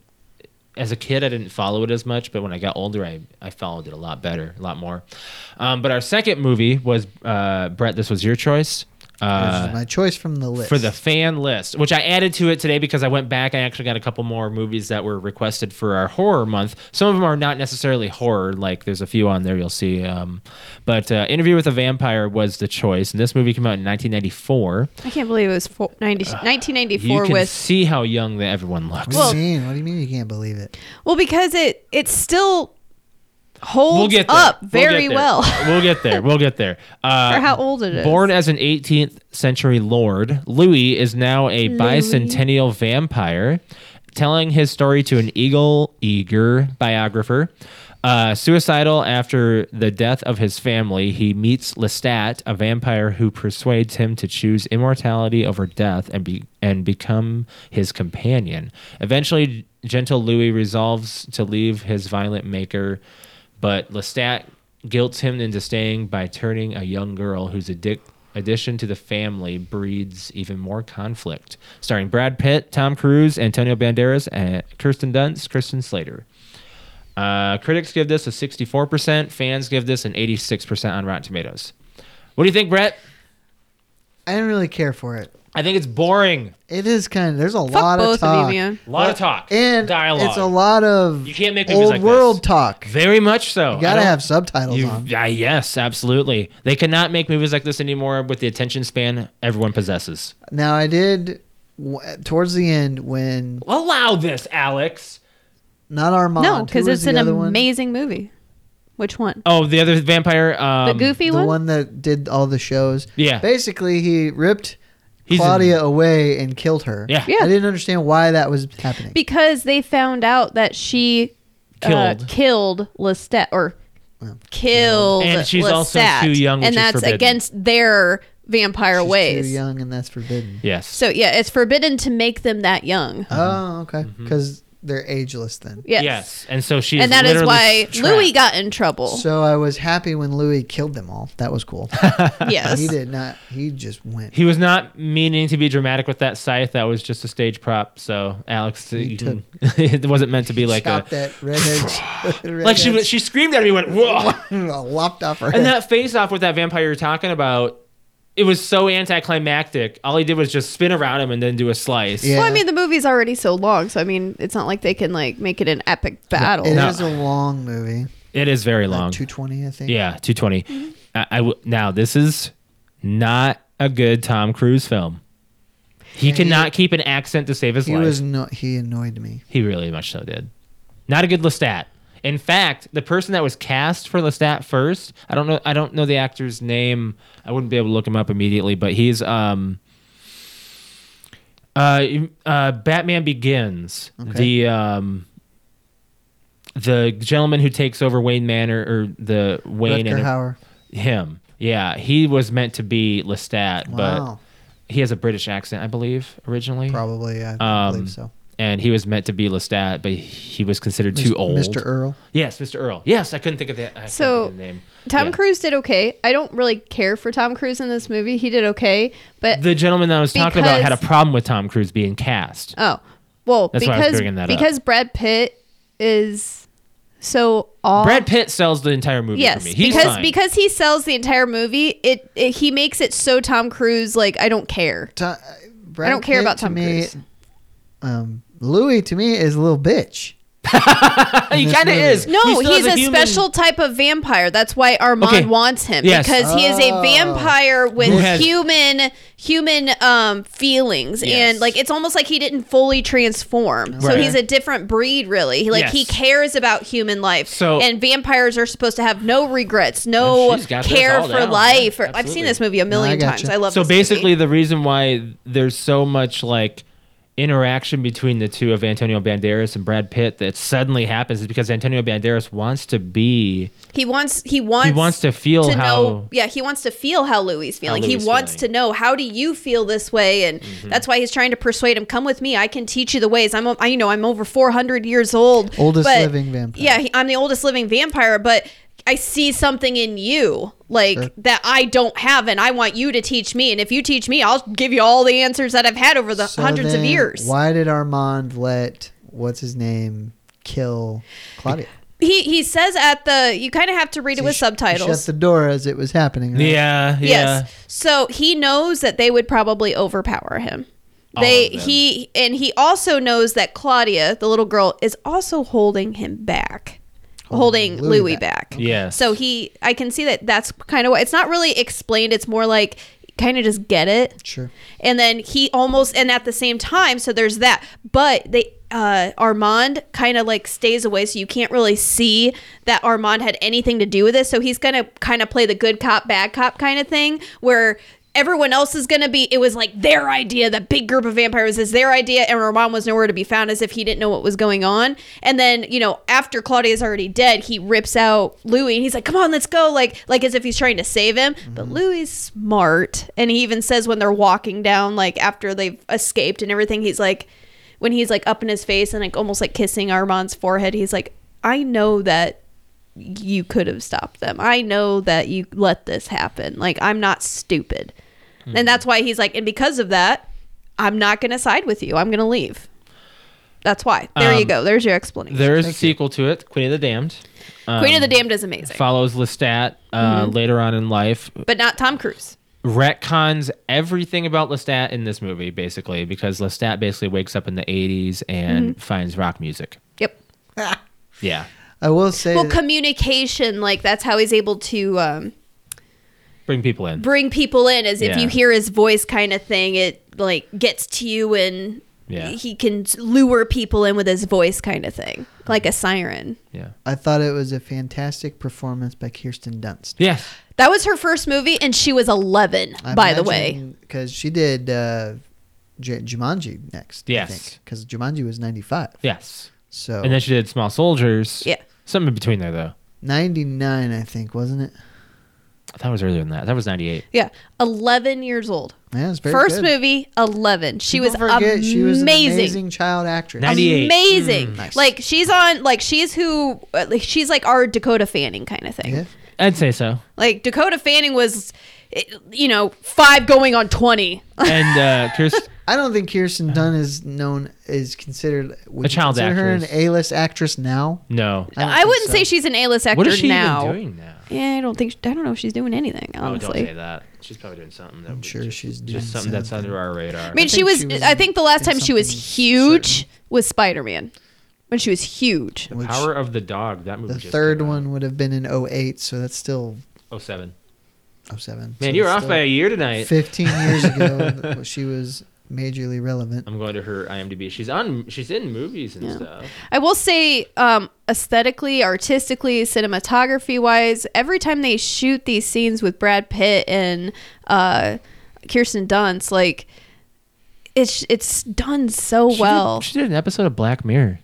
as a kid I didn't follow it as much, but when I got older I, I followed it a lot better, a lot more. Um, but our second movie was uh, Brett, this was your choice.
This
Uh,
is my choice from the list
for the fan list, which I added to it today because I went back. I actually got a couple more movies that were requested for our horror month. Some of them are not necessarily horror, like there's a few on there you'll see. Um, but uh, Interview with a Vampire was the choice, and this movie came out in 1994.
I can't believe it was four, 90, 1994
You can
with
see how young that everyone looks.
What do you mean? What do you mean you can't believe it?
well because it it still holds
we'll get there.
up
We'll get
very
there.
well
we'll get there. We'll get there. Uh,
for how old it is.
Born as an 18th century lord, Louis is now a bicentennial vampire, telling his story to an eagle eager biographer. Uh, suicidal after the death of his family, he meets Lestat, a vampire who persuades him to choose immortality over death and be and become his companion. Eventually, gentle Louis resolves to leave his violent maker, but Lestat guilts him into staying by turning a young girl whose addic- addition to the family breeds even more conflict. Starring Brad Pitt, Tom Cruise, Antonio Banderas, and Kirsten Dunst, Kristen Slater. Uh, critics give this a 64%. Fans give this an 86% on Rotten Tomatoes. What do you think, Brett?
I didn't really care for it.
I think it's boring.
It is kind of. There's a
Fuck
lot
both
of talk
of you, man.
A lot of talk.
and
dialogue.
It's a lot of
You can't make movies
old
like this.
world talk.
Very much so.
You
I
gotta
don't-
have subtitles
you-
on.
ah, yes, absolutely. They cannot make movies like this anymore with the attention span everyone possesses.
Now I did w- towards the end when
Allow this, Alex.
not Armand.
no, because
who was
it's
the
an
other one?
amazing movie. Which one?
Oh, the other vampire. Um,
the goofy
the
one?
one that did all the shows.
Yeah.
Basically, he ripped
He's
Claudia away and killed her.
Yeah.
Yeah.
I didn't understand why that was happening.
Because they found out that she
Killed.
uh, killed Lestat or killed
And she's also
Lestat.
too young, which
and
is
that's
forbidden.
against their vampire
She's
ways.
too young and that's forbidden.
Yes.
So yeah, it's forbidden to make them that young.
Oh,
Mm-hmm.
okay. Because they're ageless then.
Yes.
yes. And so she's.
And that is
literally
why
trapped.
Louis got in trouble.
So I was happy when Louis killed them all. That was cool.
yes.
he did not. He just went.
He was not meaning to be dramatic with that scythe. That was just a stage prop. So Alex, you can- it wasn't meant to be like
Chopped
a.
that redhead.
Like she was- she screamed at me, went whoa,
lopped off her head.
and that face off with that vampire you're talking about. It was so anticlimactic. All he did was just spin around him and then do a slice.
Yeah.
Well, I mean, the movie's already so long, so I mean, it's not like they can like make it an epic battle.
It is
No.
a long movie.
It is very long.
Two twenty, I think.
Yeah,
Mm-hmm.
220. I I w- now this is not a good Tom Cruise film. He cannot keep an accent to save his
He
life.
was no. He annoyed me.
he really much so did. Not a good Lestat. In fact, the person that was cast for Lestat first, I don't know I don't know the actor's name. I wouldn't be able to look him up immediately, but he's um uh, uh Batman Begins. The um the gentleman who takes over Wayne Manor or the Wayne
Rutger
and
Hauer.
him. Yeah, he was meant to be Lestat,
Wow.
but he has a British accent, I believe, originally.
Probably. I
Um,
believe so.
And he was meant to be Lestat, but he was considered too old.
Mr. Earl.
Yes, Mr. Earl. Yes, I couldn't think of that. I couldn't
So,
think of the name.
Tom
Yeah.
Cruise did okay. I don't really care for Tom Cruise in this movie. He did okay, but
The gentleman that I was talking about had a
Because-
problem with Tom Cruise being cast.
oh, well,
That's why I was
because
bringing that up.
because Brad Pitt is so all
Brad Pitt sells the entire movie
Oh. Yes,
for me. He's
because
fine.
because he sells the entire movie. It, it he makes it so Tom Cruise like I don't care.
To- uh, Brad
I don't care
Pitt,
about
to
Tom
me,
Cruise.
Um, Louis to me is a little bitch.
he
this
kind of
movie.
is. He
No,
still is
he's a,
human.
special type of vampire. That's why Armand
Okay.
wants him
Yes.
because he is a
Oh.
vampire with
Who has-
human human um feelings
Yes.
and like it's almost like he didn't fully transform. So
Right.
he's a different breed really. He, like he
Yes.
cares about human life.
So-
and vampires are supposed to have no regrets, no
she's got this
care
all
for
down.
life.
Yeah,
or, I've
absolutely.
seen this movie a
I
million
gotcha.
times. I love
so
this movie.
basically the reason why there's so much like interaction between the two of Antonio Banderas and Brad Pitt that suddenly happens is because Antonio Banderas wants to be
He wants. He wants.
he wants to feel
to
how
know. Yeah, he wants to feel how Louis is feeling.
Louis is
he wants
feeling. Mm-hmm.
to know how do you feel this way, and that's why he's trying to persuade him. Come with me. I can teach you the ways. I'm. o- I, you know, I'm over 400 years old.
Oldest living vampire.
Yeah, he, I'm the oldest living vampire, but I see something in you like
Sure.
that I don't have, and I want you to teach me. And if you teach me, I'll give you all the answers that I've had over the
So
hundreds
then
of years.
Why did Armand let what's his name kill Claudia?
He he says at the. You kind of have to read it with
He sh- he
subtitles.
Shut the door as it was happening. right?
yeah yeah
Yes. So he knows that they would probably overpower him. They
of them.
he and he also knows that Claudia, the little girl, is also holding him back.
Oh,
Holding,
Louis
Louis,
back.
back.
Yes.
So he I can see that that's kind of what it's not really explained, it's more like kind of just get it
Sure.
and then he almost and at the same time so there's that but they uh armand kind of like stays away so you can't really see that armand had anything to do with this so he's gonna kind of play the good cop bad cop kind of thing where everyone else is gonna be it was like their idea the big group of vampires is their idea and armand was nowhere to be found as if he didn't know what was going on and then you know after claudia's already dead he rips out louis and he's like come on let's go like like as if he's trying to save him but louis is smart and he even says when they're walking down like after they've escaped and everything he's like when he's like up in his face and like almost like kissing armand's forehead he's like i know that you could have stopped them. I know that you let this happen. Like I'm not stupid.
Hmm.
And that's why he's like and because of that, I'm not going to side with you. I'm going to leave. That's why. There you
Um,
go. There's your explanation.
there um, is a sequel to it Queen of the Damned
Queen of the Damned is amazing,
follows Lestat uh,
Mm-hmm.
later on in life
but not Tom Cruise.
retcons everything about Lestat in this movie basically because Lestat basically wakes up in the 80s and
Mm-hmm.
finds rock music
Yep.
yeah
I will say
Well,
that-
communication like that's how he's able to um
Bring people in.
bring people in as if
Yeah.
you hear his voice kind of thing it like gets to you and
Yeah.
he can lure people in with his voice kind of thing like a siren
Yeah.
I thought it was a fantastic performance by Kirsten Dunst.
Yeah.
that was her first movie and she was 11 by the way
because she did uh, J- Jumanji next.
Yes.
because Jumanji was ninety five.
Yes.
So
And then she did Small Soldiers.
Yeah.
Something in between there though.
ninety nine, I think, wasn't it?
That was earlier than that. That was ninety eight.
yeah 11 years old
Yeah, it's very
first
good.
movie 11 she
People
was,
forget
amazing.
She was an amazing child actress.
Ninety- 98.
amazing
Nice.
like she's on like she's who uh, like she's like our dakota fanning kind of thing
Yeah.
I'd say so.
like dakota fanning was eh, you know five going on 20
And uh Kirst-
I don't think Kirsten Dunn is known is considered
Uh-huh.
would
A
you
child
consider her an
actress.
A list actress now.
No.
don't
I,
think
wouldn't
so.
say she's an A-list actor
What is she
now.
even doing now?
Yeah, I don't think I don't know if she's doing anything.
Oh,
Honestly,
don't say that. She's probably doing something. That I'm
sure she's doing
just something that's
something.
under our radar.
I mean, she
think
was.
she was
I think the last
in
time she was
something
huge was Spider-Man, when she was huge.
Which
Power of the Dog. That movie.
the
just
third
came out.
one would have been in 08, so that's still
Oh seven.
07.
Man,
so
you're
it's
off
still
by a year tonight.
15 years ago, th- she was majorly relevant.
I'm going to her IMDb. She's on. She's in movies and stuff.
I will say, um, aesthetically, artistically, cinematography-wise, every time they shoot these scenes with Brad Pitt and uh, Kirsten Dunst, like it's it's done so
She did-
Oh, well.
she did an episode of Black Mirror.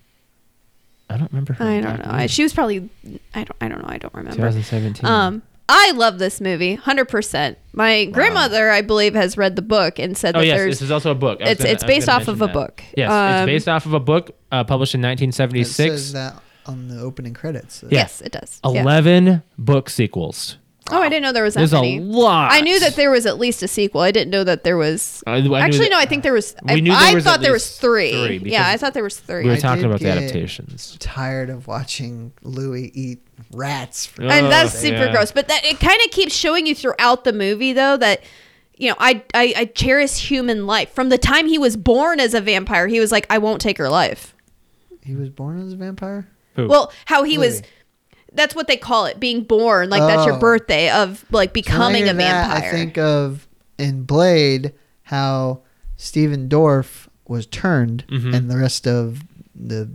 I don't remember her.
I
in
don't
Black
know. I,
Mirror.
she was probably. I don't. I don't know. I don't remember.
2017.
Um, I love this movie, hundred percent. My grandmother, I believe, has read the book and said
oh
that
yes,
there's.
this is also a book. I was
it's-
gonna-
it's
I was
based
gonna
off of
mention
a
that.
book.
Yes,
Um,
it's based off of a book uh, published in
It says
1976.
that on the opening credits. so-
Yeah.
Yes, it does. Yeah.
Eleven book sequels.
Oh, I didn't know there was that
There's
many.
a lot.
I knew that there was at least a sequel. I didn't know that there was.
I- I knew
Actually,
that-
no. I think there was. I,
We knew there
I
was
thought
at
there was
least
three.
three,
yeah, I
because
thought there was three.
we were
I
talking
did
about the
get-
adaptations.
Tired of watching Louis eat rats. For
and
Ugh,
that's super
yeah.
gross. But that it kind of keeps showing you throughout the movie, though, that you know, I, I I cherish human life. From the time he was born as a vampire, he was like, I won't take her life.
He was born as a vampire?
Who?
Well, how he was.
Louis.
That's what they call it, being born. Like that's your
Oh.
birthday of
When
like
I
becoming
hear
a
that,
vampire.
I think of in Blade how Stephen Dorff was turned
Mhm.
and the rest of the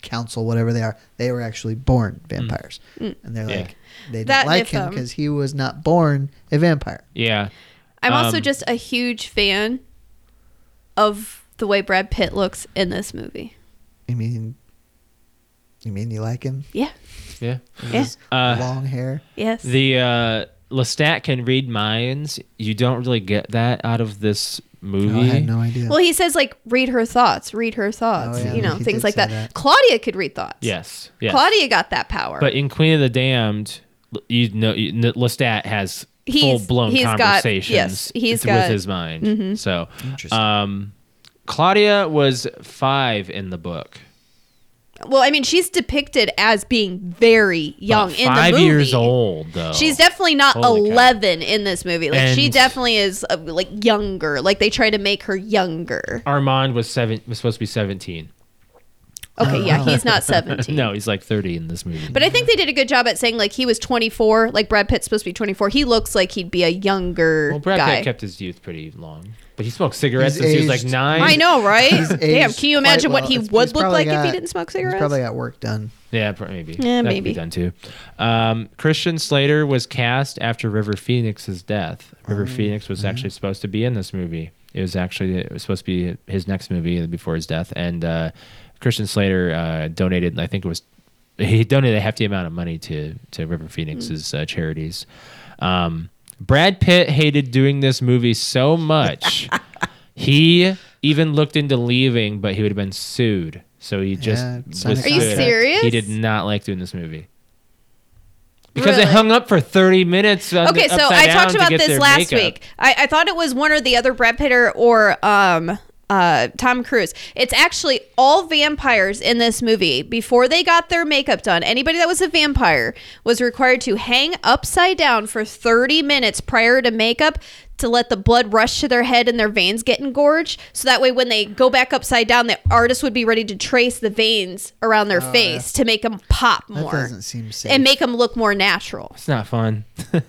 council, whatever they are, they were actually born vampires. And they're
Mm. Yeah.
like, they didn't
Mm. That
like
if,
him
um,
because he was not born a vampire.
yeah.
I'm also
um,
just a huge fan of the way Brad Pitt looks in this movie.
You mean, you mean you like him?
Yeah.
Yeah.
Yeah.
Uh,
Long hair.
Yes.
The uh, Lestat can read minds. You don't really get that out of this movie.
No, I had no idea.
well, he says like read her thoughts, read her thoughts,
Oh, yeah,
you know,
he
things
did
like
say
that.
that.
Claudia could read thoughts.
yes. Yes.
Claudia got that power.
But in Queen of the Damned, l- you know, you, n- Lestat has
He's-
full blown
he's got-
conversations.
yes, he's
with
got- Mm-hmm.
his mind. So,
Interesting.
um, Claudia was five in the book.
well, I mean, she's depicted as being very young
About
in the movie.
five years old though.
She's definitely not
Holy cow.
11 in this movie. Like she
And-
definitely is uh, like younger. Like they try to make her younger.
Armand was seven. Was supposed to be seventeen.
Okay,
Oh.
yeah, he's not 17.
No, he's like thirty in this movie.
But I think they did a good job at saying like he was 24, like Brad Pitt's supposed to be 24. He looks like he'd be a younger
well, Brad
guy.
Pitt kept his youth pretty long, but he smoked cigarettes
He's
since he was like
aged-
nine.
I know, right?
He's
Damn,
aged
can you
quite
imagine what
well.
he
It's-
would
he's
look
probably
like if he
got-
didn't smoke
He's
cigarettes?
probably got work done.
Yeah, pr- maybe.
Yeah,
that Could
maybe.
be done too. Um, Christian Slater was cast after River Phoenix's death.
Oh.
River Phoenix was actually
Mm-hmm.
supposed to be in this movie. It was actually it was supposed to be his next movie before his death, and uh, Christian Slater uh, donated. I think it was he donated a hefty amount of money to to River Phoenix's
Mm.
uh, charities. Um, Brad Pitt hated doing this movie so much. he even looked into leaving, but he would have been sued. So he just
Yeah,
was
sign a
sued.
contract. Are you serious?
He did not like doing this movie because it
Really?
hung up for thirty minutes. on the-
Okay, so
upside
I
down
talked
to
about
get
this
their
last
makeup.
week. I, I thought it was one or the other, Brad Pitt or, or um, uh, Tom Cruise. It's actually all vampires in this movie. Before they got their makeup done, anybody that was a vampire was required to hang upside down for 30 minutes prior to makeup to let the blood rush to their head and their veins get engorged. So that way, when they go back upside down, the artist would be ready to trace the veins around their face to make them pop
Oh, That
more
doesn't seem safe.
and make them look more natural.
It's not fun.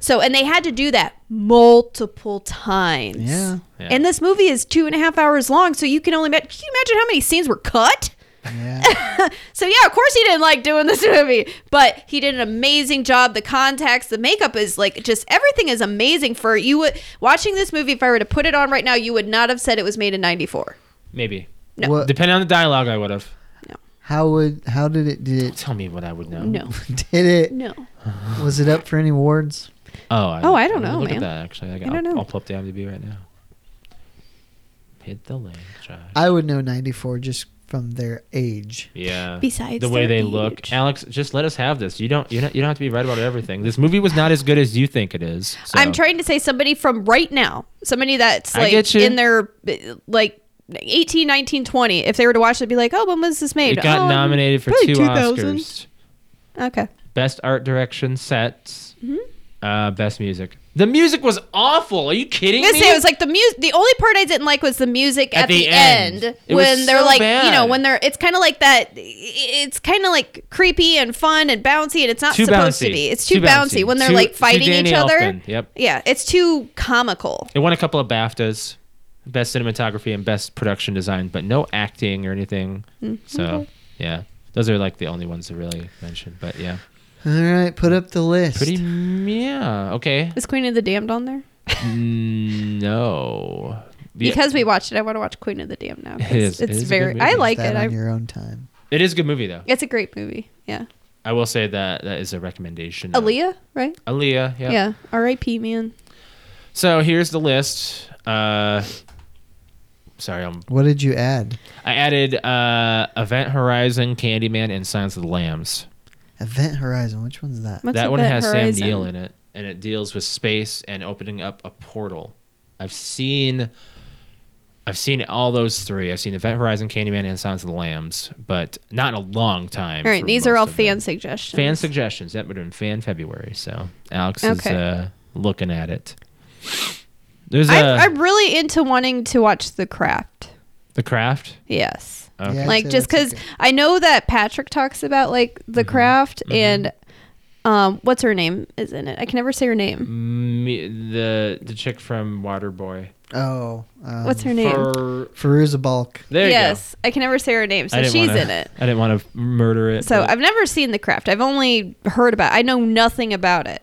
So, and they had to do that multiple times.
Yeah.
Yeah.
And this movie is two and a half hours long, so you can only imagine. Can you imagine how many scenes were cut?
yeah.
So yeah, of course he didn't like doing this movie, but he did an amazing job. The contacts, the makeup is like just everything is amazing for you. Would, watching this movie, if I were to put it on right now, you would not have said it was made in '94.
Maybe.
What,
Depending on the dialogue, I would have.
how would how did it did it
Tell me what I would know.
No,
did it
no.
was it up for any awards?
Oh, I,
Oh, I don't
would
know,
Look
man.
at that, actually. I,
don't
will
know.
I'll pull up the IMDb right now. Hit the link. Josh.
I would know 94 just from their age.
Yeah.
Besides
the way
their
they
age.
look, Alex, just let us have this. You don't. You don't. You don't have to be right about everything. This movie was not as good as you think it is. so-
I'm trying to say somebody from right now, somebody that's
I
like
get you.
in their like 18, 19, 20. If they were to watch it, be like, oh, when was this made?
It got
oh,
nominated for
probably
two
2000.
Oscars:
Okay.
Best Art Direction, Sets,
Mm-hmm.
uh, Best Music. The music was awful. Are you kidding
I'm gonna
me?
say it was like the music. The only part I didn't like was the music at, the, end,
It was
when they're
so
like, you know,
bad.
when they're. It's kind of like that. It's kind of like creepy and fun and bouncy, and it's not
Too
supposed
bouncy.
to be. It's too, bouncy when they're
Too-
like
too
fighting
Danny
each other.
Elfman. Yep.
Yeah, it's too comical.
It won a couple of BAFTAs, best cinematography and best production design, but no acting or anything.
Mm,
So yeah, those are like the only ones to really mention. But yeah,
All right, put up the list.
pretty yeah. Okay,
Is Queen of the Damned on there?
Mm, no. Yeah,
Because we watched it, I want to watch Queen of the Damned now. 'cause
It is- it
It's
is a good
very.
movie.
I
Is
like
that
it.
on
I,
your own time.
it is a good movie though.
it's a great movie. Yeah.
I will say that that is a recommendation. of-
Aaliyah, right?
Aaliyah. Yeah.
Yeah. R.I.P. Man.
So here's the list. Uh, sorry, I'm,
What did you add?
I added uh, Event Horizon, Candyman, and Silence of the Lambs.
Event Horizon. Which one's that?
What's
that one
Event
has
Horizon?
Sam Neill in it, and it deals with space and opening up a portal. I've seen, I've seen all those three. I've seen Event Horizon, Candyman, and Silence of the Lambs, but not in a long time.
All right,
for
these are
most
all
of them.
fan suggestions.
Fan suggestions. Yep, we're doing fan February, so Alex
Okay.
is uh, looking at it. There's uh, a
I'm, I'm really into wanting to watch The Craft.
the craft.
Yes.
Okay.
Yeah. I'd
like
say
just
that's
because
okay.
I know that Patrick talks about like The
Mm-hmm.
Craft and um, what's her name is in it. I can never say her name.
Me- the the chick from Waterboy.
Oh, um,
What's her name?
For,
Feruza Balk.
there you go.
yes, I can never say her name.
I
So
didn't
she's
wanna-
in it.
I didn't want to murder it.
So
but-
I've never seen The Craft. I've only heard about. I know nothing about it.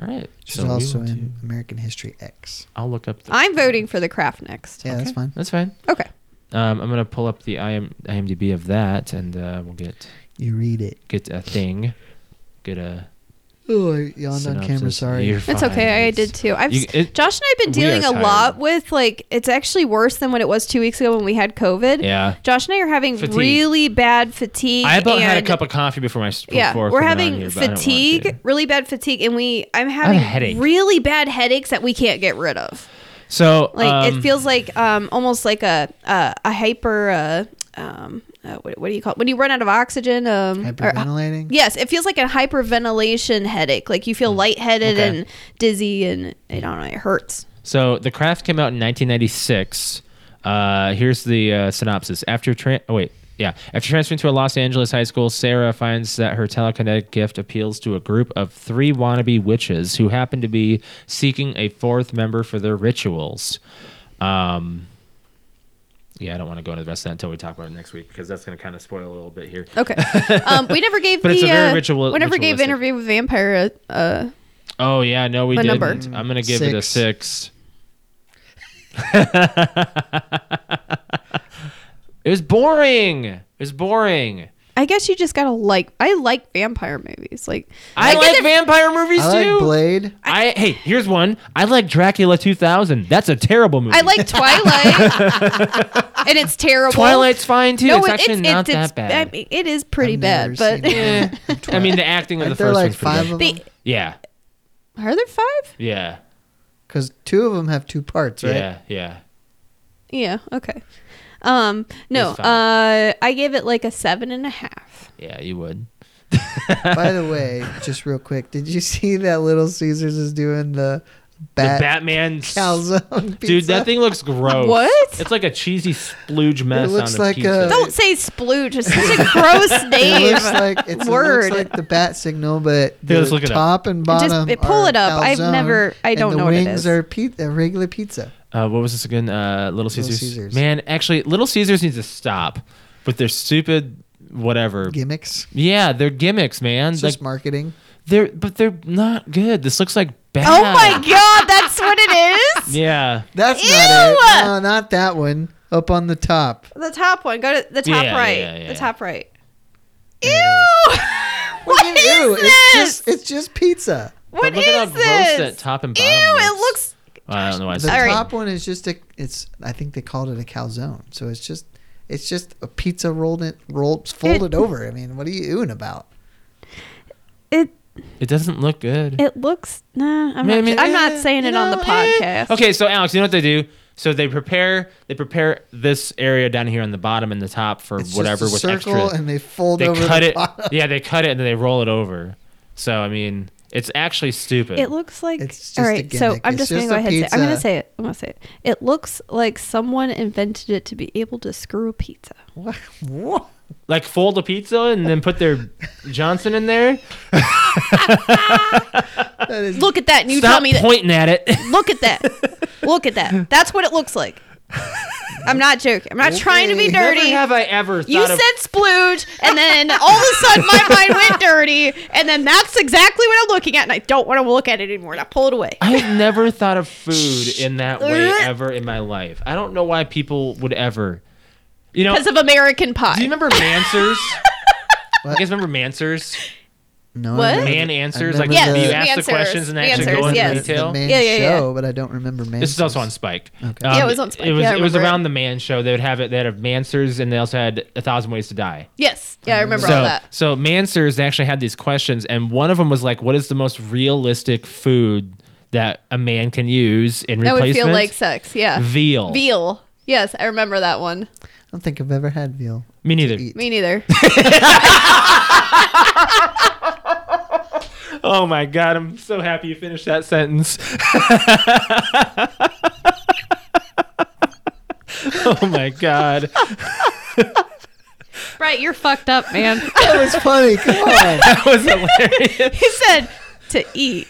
all right.
She's
so we
also
will
in
do-
American History X.
I'll look up. The,
I'm voting for The Craft next.
Yeah, that's
Okay,
fine.
That's fine.
Okay.
Um, I'm gonna pull up the IM, IMDb of that, and uh, we'll get
You read it.
get a thing. Get a.
Oh, I yawned on camera.
synopsis.
Sorry.
You're
That's
fine.
okay. I
It's-
did too. I've
You- it-
Josh and I've been
we are
dealing a
tired.
lot with like it's actually worse than what it was two weeks ago when we had COVID.
Yeah.
Josh and I are having
Fatigue.
really bad fatigue.
I about had a
and-
cup of coffee before my. Before
Yeah, we're
coming on
having
here, but I don't want
fatigue,
to.
really bad fatigue, and we I'm
a
having
headache.
really bad headaches that we can't get rid of.
So
Like
um,
it feels like um almost like a a, a hyper uh, um uh, what, what do you call it when you run out of oxygen um or-
Hyperventilating.
Yes, it feels like a hyperventilation headache. Like you feel lightheaded
Mm. Okay.
and dizzy, and I don't know, it hurts.
So the craft came out in 1996. Uh, here's the uh, synopsis. After tra- oh wait, yeah. After transferring to a Los Angeles high school, Sarah finds that her telekinetic gift appeals to a group of three wannabe witches who happen to be seeking a fourth member for their rituals. Um, yeah, I don't want to go into the rest of that until we talk about it next week because that's going to kind of spoil a little bit here.
Okay, um, we never gave
But
the
it's a very
uh,
ritual-
we never gave
ritualistic.
interview with vampire uh, a, a
Oh yeah, no, we
A
didn't.
number.
I'm going to give it a six. it was boring. It was boring.
I guess you just gotta like. I like vampire movies. Like
I,
get
like
it-
vampire movies
I like
too.
Blade.
I hey, here's one. I like Dracula 2000. That's a terrible movie.
I like Twilight, and it's terrible.
Twilight. fine too. it's
it-
actually not that bad.
I mean, it is pretty
I've never
bad, but
seen it.
Eh, I mean, the acting of the
Aren't there
first
like
one's pretty
five
good.
of
They-
them?
Yeah,
are there five?
yeah,
Because two of them have two parts, right?
yeah, yeah.
Yeah. Okay. Um. No.
There's five.
Uh. I gave it like a seven and a half.
Yeah, you would.
By the way, just real quick, did you see that Little Caesars is doing the bat
the Batman s-
calzone pizza.
Dude, that thing looks gross.
What?
It's like a cheesy splooge mess
looks
on a
like
pizza.
a-
Don't say splooge. It's such a gross
It
name.
looks like it's, It
Word.
looks like the bat signal, but
Yeah,
the
let's look it up.
top and bottom.
Just- pull
are
it up. I've
calzone,
never- I
and
don't
the
know what it
wings
is.
are pe- a regular pizza.
uh, what was this again? Uh, Little Caesars.
Caesars.
Man, actually, Little Caesars needs to stop with their stupid whatever.
Gimmicks.
yeah, they're gimmicks, man.
It's
like
just marketing.
they're, but they're not good. This looks like bad.
Oh my god, that's what it is.
Yeah.
That's
Ew!
not it. No, not that one. Up on the top.
The top one. Go to the top
Yeah,
right.
yeah, yeah.
The top right.
Ew!
What is
It's
this?
just, it's just pizza.
What
but look at
is
how
this?
gross that top and
Ew!
bottom
It looks.
I don't know why I
The
said
All right.
top one is just a. It's. I think they called it a calzone. So it's just. It's just a pizza rolled in, rolled, folded over. I mean, what are you oohing about?
It
It doesn't look good.
it looks. Nah, I'm
I
not.
mean,
I'm
eh,
not saying it
you
on the
know, eh.
podcast.
Okay, so Alex, you know what they do? So they prepare they prepare this area down here on the bottom and the top for
It's
whatever
just a
was
circle
extra.
and they fold
they
over
cut
the
it.
bottom.
Yeah, they cut it and then they roll it over. So I mean, it's actually stupid.
It looks like
It's just
all
a
right. So
gimmick.
I'm
It's
just, gonna
just
go
a
ahead. And say, it. I'm gonna
pizza.
say it. I'm gonna say it. It looks like someone invented it to be able to screw a pizza.
What? what?
like fold a pizza and then put their Johnson in there.
That is
Look at that, and you
Stop
tell me that.
pointing at it.
Look at that. Look at that. That's what it looks like. I'm not joking. I'm not trying to be
Okay.
dirty.
Never have I ever thought
you
of
said splooge, and then all of a sudden my mind went dirty, and then that's exactly what I'm looking at, and I don't want to look at it anymore, and I pull it away.
I have never thought of food in that way ever in my life. I don't know why people would ever. You know,
Because of American Pie.
Do you remember Mansers? You guys remember Mansers?
no.
What?
I
Man
remember-
answers,
I
like
remember
you
Yes,
ask the
Mansers,
questions and they actually
Mansers,
go into
yes.
detail.
The man
Yeah, yeah, yeah.
show, but I don't remember man.
This is also
shows.
on Spike. Um,
Yeah,
it was on Spike.
It was,
Yeah, I
it was
remember it.
around the Man Show. They would have it. They had a Mansers, and they also had A Thousand Ways to Die.
yes. Yeah, I remember all
So,
that.
so Mansers they actually had these questions, and one of them was like, "What is the most realistic food that a man can use in
That would
replacement?"
feel like sex. Yeah.
veal.
Veal. Yes, I remember that one.
I don't think I've ever had veal.
Me neither.
eat.
Me neither.
Oh my god, I'm so happy you finished that sentence. oh my god.
right, you're fucked up, man.
That was funny. Come on.
That was hilarious.
he said to eat.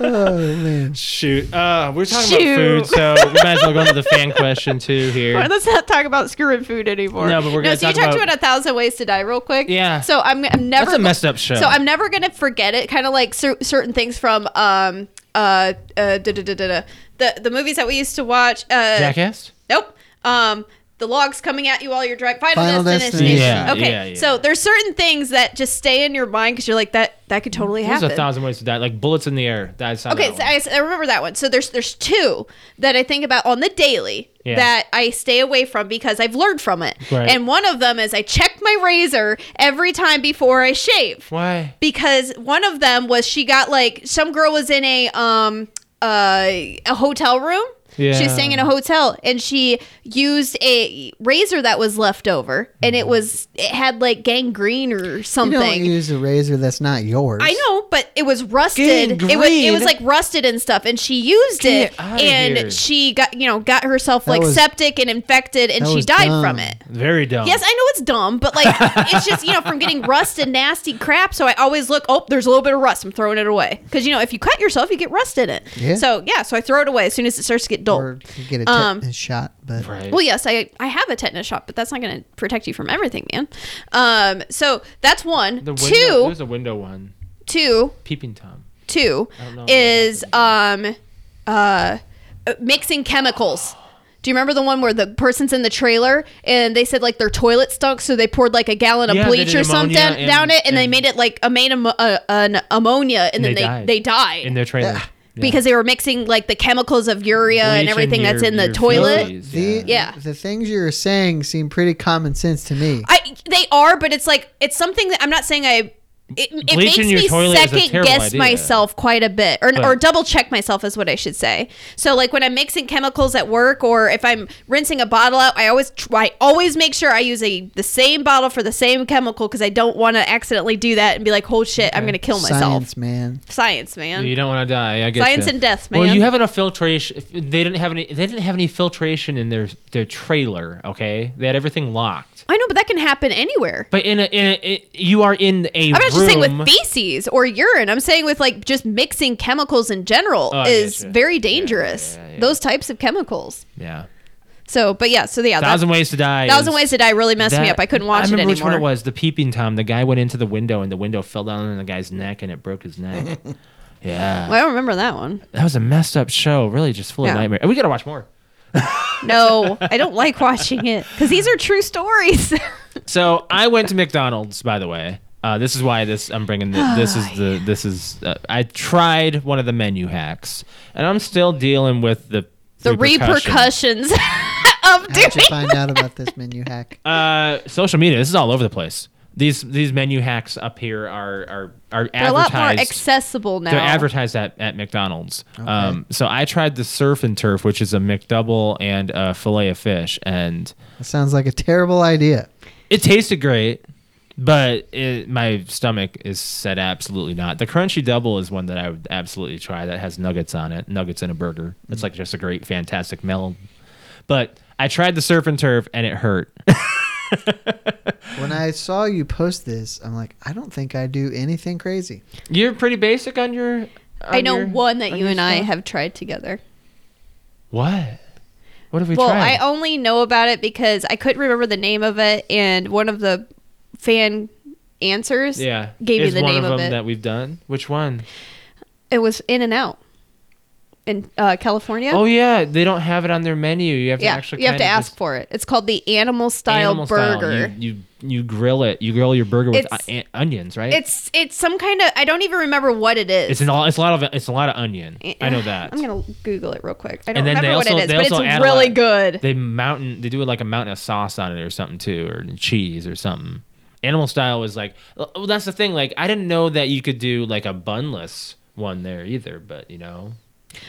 Oh man.
Shoot. Uh, we're talking
Shoot.
about food, so we might as well go into the fan question too here.
Let's not talk about screwing food anymore.
No, but we're gonna
so you
talk
talked
about-
about, a thousand ways to die real quick.
Yeah.
So I'm, I'm never.
That's a messed up show.
So I'm never gonna forget it. Kind of like cer- certain things from um uh uh da, da, da, da, da. the the movies that we used to watch. Uh,
Jackass?
Nope. Um, the logs coming at you while you're driving. Final,
Final
destination.
Destination.
Yeah,
okay.
yeah, yeah.
So there's certain things that just stay in your mind because you're like that. That could totally
There's
happen.
a thousand ways to die. Like bullets in the air. That's how
Okay, so I, I remember that one. So there's there's two that I think about on the daily
Yeah.
that I stay away from because I've learned from it.
Right.
And one of them is I check my razor every time before I shave
Why?
because one of them was she got like some girl was in a um uh, a hotel room. She was
Yeah.
staying in a hotel and she used a razor that was left over and it was it had like gangrene or
You
something.
don't use a razor that's not yours.
I know, but it was rusted. It was it was
green.
like rusted and stuff, and she used
Get
it,
outta
and
here.
she got you know got herself like
was-
septic and infected, and
that
she
was
died
dumb.
from it.
Very
Oh.
dumb.
Yes, I know it's dumb, but like it's just you know from getting rust and nasty crap. So I always look. Oh, there's a little bit of rust. I'm throwing it away because you know if you cut yourself, you get rust in it.
Yeah.
So yeah, so I throw it away as soon as it starts to get dull.
Or you get a
Um,
tetanus shot, but
Right.
Well, yes, I I have a tetanus shot, but that's not going to protect you from everything, man. Um, so that's one.
the window,
Two,
There's a window one.
two.
Peeping Tom.
two
don't know.
is um uh mixing chemicals. Do you remember the one where the person's in the trailer and they said like their toilet stunk, so they poured like a gallon of
Yeah, they
bleach
did
or something
ammonia and-
down it, and, they
and-
made it like a made am- uh, an ammonia,
And
and, then
they
they
died.
they die
In their trailer.
because they were mixing like the chemicals of urea
Bleach
and
in
everything
your-
that's in the
your
toilet.
feces.
the
Yeah.
the things you're saying seem pretty common sense to me.
I they are, but it's like it's something that I'm not saying I it, it makes
Bleaching your
me
toilet is a
second
terrible
guess
idea.
myself quite a bit or,
But-
or double check myself is what i should say so like when i'm mixing chemicals at work or if i'm rinsing a bottle out i always try always make sure i use a the same bottle for the same chemical because i don't want to accidentally do that and be like oh shit i'm gonna kill myself
Science, man.
science man
You don't want to die. I guess
Science and death, man.
Well, you have enough filtration. if- They didn't have any. They didn't have any filtration in their their trailer. Okay, they had everything locked.
i know but that can happen anywhere
But in a, in a it, you are in a
I'm not just saying
room-
with feces or urine. I'm saying with like just mixing chemicals in general
Oh, I
is
getcha.
very dangerous.
yeah, yeah.
Those types of chemicals.
Yeah,
So, but yeah, so yeah, that-
thousand ways to die.
Thousand
is-
Ways to Die really messed me
that-
up. I couldn't watch
I
it
remember
anymore.
which one it was. The peeping tom. The guy went into the window and the window fell down on the guy's neck and it broke his neck. yeah,
Well, I don't remember that one.
that was a messed up show. Really, just full
Yeah.
of nightmare. And we gotta watch more.
No, I don't like watching it because these are true stories.
So I went to McDonald's, by the way. Uh, this is why this I'm bringing. The,
Oh,
this is the this is. Uh, I tried one of the menu hacks, and I'm still dealing with the
the repercussions of
How did you
doing.
find out about this menu hack?
Uh, social media. This is all over the place. These these menu hacks up here are are are
They're a lot more
advertised.
accessible now.
They're advertised at, at McDonald's. Um, so I tried the surf and turf, which is a McDouble and a fillet of fish, and
That sounds like a terrible idea.
It tasted great, but it, my stomach is said absolutely not. The crunchy double is one that I would absolutely try. That has nuggets on it, nuggets in a burger. It's like just a great, fantastic meld. But I tried the surf and turf, and it hurt.
When I saw you post this, I'm like, I don't think I do anything crazy.
You're pretty basic on your.
I
on
know
your-
one that
on
you
your
and I
stuff.
have tried together.
What? What have we
well,
tried?
I only know about it because I couldn't remember the name of it, and one of the fan answers
yeah,
gave me
Is
the
one
name
of
of,
them
it.
that we've done. Which one?
it was In and Out in uh, California.
Oh yeah, they don't have it on their menu. You have to
yeah,
actually.
you have to
kinda
ask
just-
for it. It's called the Animal Style
animal style.
Burger.
You, you you grill it. You grill your burger with
It's-
o- onions, right?
It's it's some kind of I don't even remember what it is. Eh,
It's an all. It's a lot of. It's a lot of onion. I know that.
I'm gonna Google it real quick. I don't
And then they
remember
also-
what it
they
is, but
also add
it's
a
really
lot-
good.
They mountain. They do like a mountain of sauce on it or something too, or cheese or something. Animal style was like. Well, that's the thing. Like I didn't know that you could do like a bunless one there either. But you know,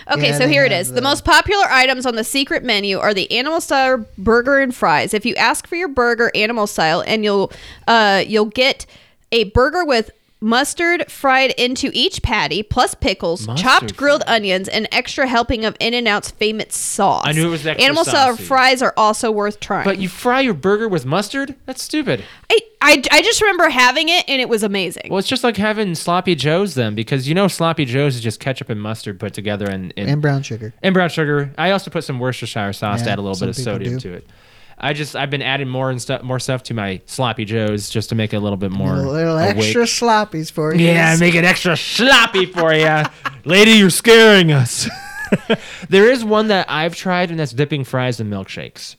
Okay,
Yeah,
so
they
here it
have
is. The
the-
most popular items on the secret menu are the animal style burger and fries. If you ask for your burger animal style, and you'll uh, you'll get a burger with mustard fried into each patty, plus pickles,
Mustard
chopped grilled
fried.
onions, and extra helping of In and Out's famous sauce.
I knew it was extra
animal style
saucy.
fries are also worth trying.
but you fry your burger with mustard. That's stupid.
I, I I just remember having it and it was amazing.
Well, it's just like having sloppy joes then, because you know sloppy joes is just ketchup and mustard put together and and,
And brown sugar.
and brown sugar. I also put some Worcestershire sauce to
Yeah,
add a little
some
bit of
people
sodium
do.
to it. I just I've been adding more and stuff more stuff to my sloppy joes just to make it a little bit more
A little
awake.
extra sloppies for you.
Yeah, make it extra sloppy for you, lady. You're scaring us. there is one that I've tried, and that's dipping fries in milkshakes.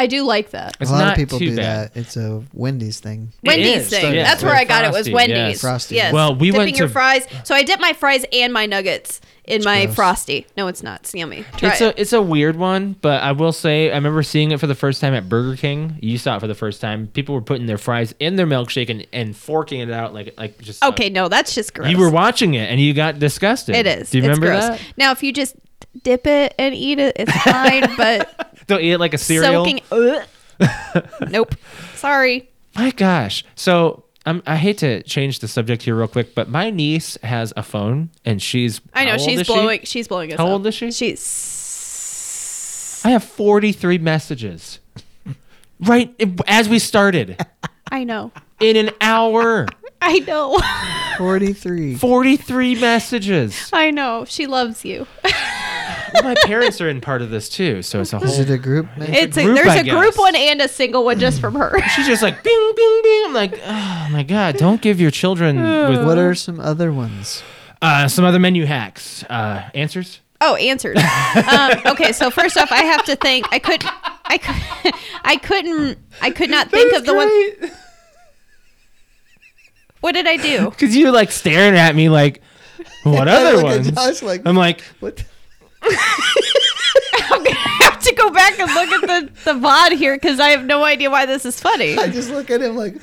I do like that.
It's
a lot
not
of people
too
do
bad.
that. It's a Wendy's thing.
It
Wendy's
is,
thing.
yeah.
That's where
With
I got it. Was
frosting,
Wendy's.
yes.
Frosty.
Yes.
Well, we
dipping
went
your
to-
fries. So I dip my fries and my nuggets in my
gross.
frosty. No, it's not. It's yummy. Try
it's
it.
a it's a weird one, but I will say I remember seeing it for the first time at Burger King. You saw it for the first time. People were putting their fries in their milkshake and, and forking it out like like just uh,
okay, no, that's just gross.
You were watching it and you got disgusted.
It is.
Do you
It's
remember
gross.
that?
Now, if you just dip it and eat it, it's fine. but
Don't eat it like a cereal.
soaking. Ugh. nope. Sorry.
My gosh. So I'm, I hate to change the subject here real quick, but my niece has a phone and she's.
I know
how old
she's
is she?
blowing. She's blowing us.
How
up.
old is she?
She's.
I have 43 messages. right as we started
I know.
in an hour.
I know.
43.
43 messages.
I know. She loves you.
My parents are in part of this too, so it's a
Is
whole.
it a group? man?
It's a,
group,
there's
I
a group
guess.
one and a single one just from her.
She's just like bing, bing, bing. I'm like, oh my god, don't give your children with
what are some other ones?
uh, some other menu hacks. Uh, answers.
Oh, answered. um, okay, so first off, I have to think. I could, I could, I couldn't, I could not think of the one. What did I do?
Because you're like staring at me like, what
I
other
look at
ones? Um,
Josh like,
I'm like,
what? the-
I'm gonna have to go back and look at the, the VOD here because I have no idea why this is funny.
I just look at him like,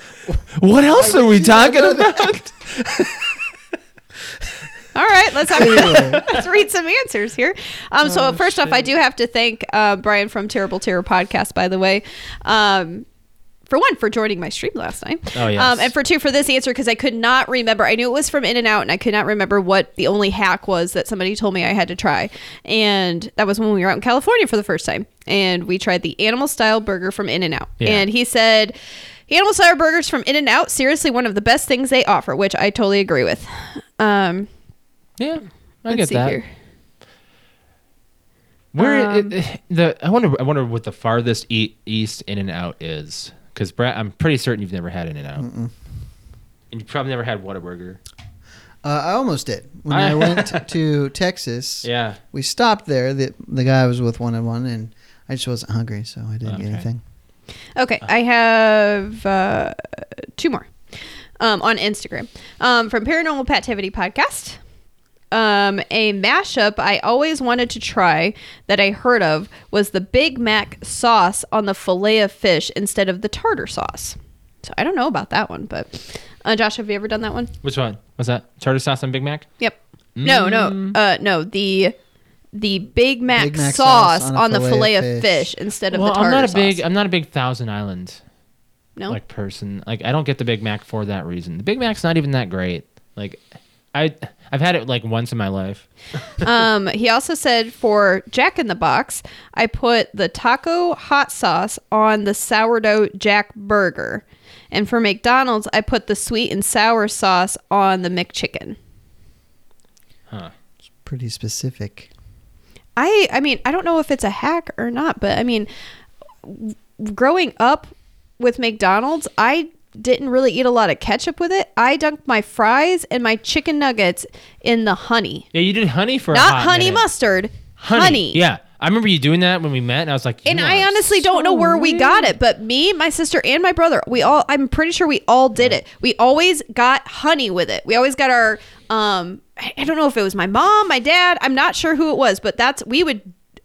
What else are we talking about?
All right, let's have
anyway.
let's read some answers here. Um,
Oh,
so first off, I do have to thank uh, Brian from Terrible Terror Podcast, by the way. Um, for one, for joining my stream last night.
Oh, yes.
Um, and for two, for this answer because I could not remember. I knew it was from In and Out, and I could not remember what the only hack was that somebody told me I had to try. And that was when we were out in California for the first time, and we tried the animal style burger from In and Out.
Yeah.
And he said. Animal style burgers from In and Out, seriously one of the best things they offer, which I totally agree with. Um,
yeah, I
Let's
get
see
that.
here. Um,
Where it, it- the I wonder I wonder what the farthest e- east In and Out is because Brad I'm pretty certain you've never had In and Out, and you probably never had Whataburger.
uh, I almost did when I went to Texas.
Yeah,
we stopped there. The the guy I was with wanted one, and I just wasn't hungry, so I didn't get
Okay.
anything.
Okay, I have uh, two more um, on Instagram um, from Paranormal Pativity Podcast. Um, a mashup I always wanted to try that I heard of was the Big Mac sauce on the filet of fish instead of the tartar sauce. So I don't know about that one, but uh, Josh, have you ever done that one?
which one? What's that? Tartar sauce on Big Mac?
Yep. No, no, uh, no. The the Big Mac,
Big Mac
sauce,
sauce on a
on the
filet
filet
of
of
fish.
fish, instead of
well,
the tartar
I'm not a
sauce.
big I'm not a big Thousand Island
no.
like person. Like I don't get the Big Mac for that reason. The Big Mac's not even that great. Like I I've had it like once in my life.
Um, he also said for Jack in the Box, I put the taco hot sauce on the sourdough Jack burger. And for McDonald's, I put the sweet and sour sauce on the McChicken.
It's pretty specific.
I I mean, I don't know if it's a hack or not, but I mean, w- growing up with McDonald's, I didn't really eat a lot of ketchup with it. I dunked my fries and my chicken nuggets in the honey.
Yeah, you did honey for a
Not
hot
honey
minute.
mustard, honey.
honey. Yeah, I remember you doing that when we met, and I was like, you
and
are
I honestly don't know
so
where we got
weird.
it, but me, my sister, and my brother, we all, I'm pretty sure we all did it. We always got honey with it. We always got our, um, I I don't know if it was my mom, my dad, I'm not sure who it was, but that's, we would,